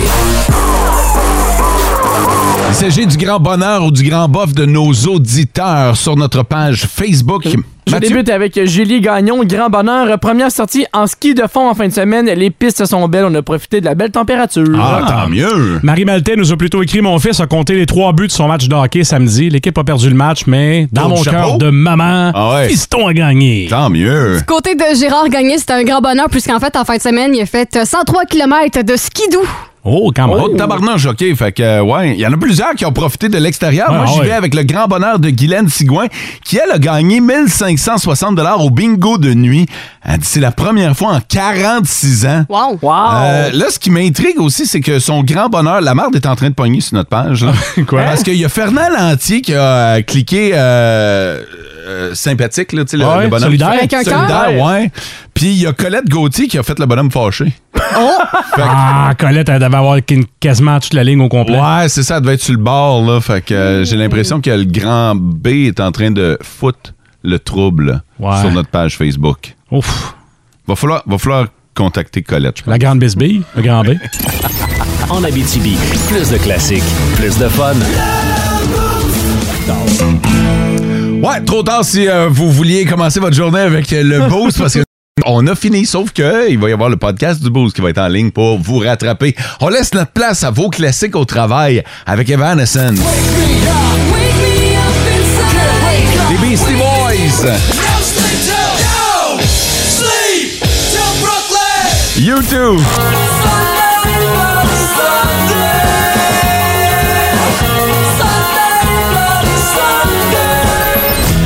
Il s'agit du grand bonheur ou du grand bof de nos auditeurs sur notre page Facebook. Je Mathieu? débute avec euh, Julie Gagnon, grand bonheur. Première sortie en ski de fond en fin de semaine. Les pistes sont belles. On a profité de la belle température. Ah, Ah, mieux. Marie Maltais nous a plutôt écrit Mon fils a compté les trois buts de son match de hockey samedi. L'équipe a perdu le match, mais dans Oh, mon chapeau. cœur de maman, Ah ouais. fiston a gagné. Tant mieux. Côté de Gérard Gagné, c'était un grand bonheur puisqu'en fait, en fin de semaine, il a fait euh, 103 km de skidou. Oh, quand même. Oh, tabarnouche, OK. Fait que, euh, ouais, il y en a plusieurs qui ont profité de l'extérieur. Ouais, Moi, j'y ouais. vais avec le grand bonheur de Guylaine Sigouin, qui, elle, a gagné 1560 au bingo de nuit. Elle dit, C'est la première fois en 46 ans. Wow! Wow! Euh, là, ce qui m'intrigue aussi, c'est que son grand bonheur, la marde est en train de pogner sur notre page. là. Quoi? Parce qu'il y a Fernand Lantier qui a euh, cliqué euh, euh, sympathique, là, tu sais, le, Ouais, le bonhomme. solidaire. Avec un cœur. Solidaire, ouais. Puis il y a Colette Gauthier qui a fait le bonhomme fâché. Ah, Colette, elle devait avoir qu'une- quasiment toute la ligne au complet. Ouais, c'est ça, elle devait être sur le bord, là. Fait que euh, j'ai l'impression que le grand B est en train de foutre le trouble Ouais. sur notre page Facebook. Ouf. Va falloir, va falloir contacter Colette, je pense. La grande bisbille, le grand B. En Abitibi, plus de classiques, plus de fun. Ouais, trop tard si euh, vous vouliez commencer votre journée avec euh, le boost parce que on a fini, sauf que il va y avoir le podcast du boost qui va être en ligne pour vous rattraper. On laisse notre place à vos classiques au travail avec Evanescence. Les Beastie Boys. YouTube.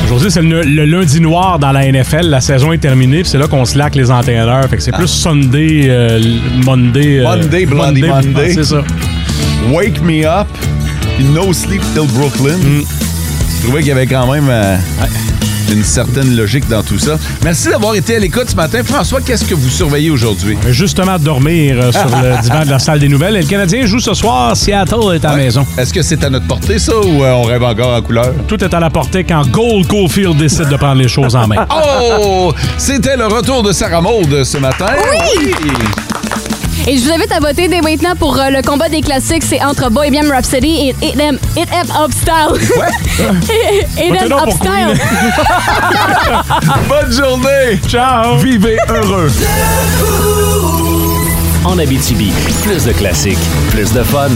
Aujourd'hui, c'est le, le lundi noir dans la NFL. La saison est terminée, puis c'est là qu'on slack les entraîneurs. Fait que c'est plus Sunday, euh, Monday. euh, Ah. Monday, Bloody Monday. ah, C'est ça. Wake Me Up. puis No Sleep Till Brooklyn. Mm. Je trouvais qu'il y avait quand même euh, une certaine logique dans tout ça. Merci d'avoir été à l'écoute ce matin. François, qu'est-ce que vous surveillez aujourd'hui? Euh, Justement, dormir euh, sur le divan de la salle des nouvelles. Et le Canadien joue ce soir. Seattle est à la maison. Est-ce que c'est à notre portée, ça, ou euh, on rêve encore en couleur? Tout est à la portée quand Gold Cofield décide de prendre les choses en main. Oh! C'était le retour de Sarah Maud ce matin. Oui! Et je vous invite à voter dès maintenant pour euh, le combat des classiques. C'est entre Bohemian Rhapsody et It Em It Em Up Style. It Em Votez-donc Up pour Style. Bonne journée! Ciao! Vivez heureux! En Abitibi, plus de classiques, plus de fun.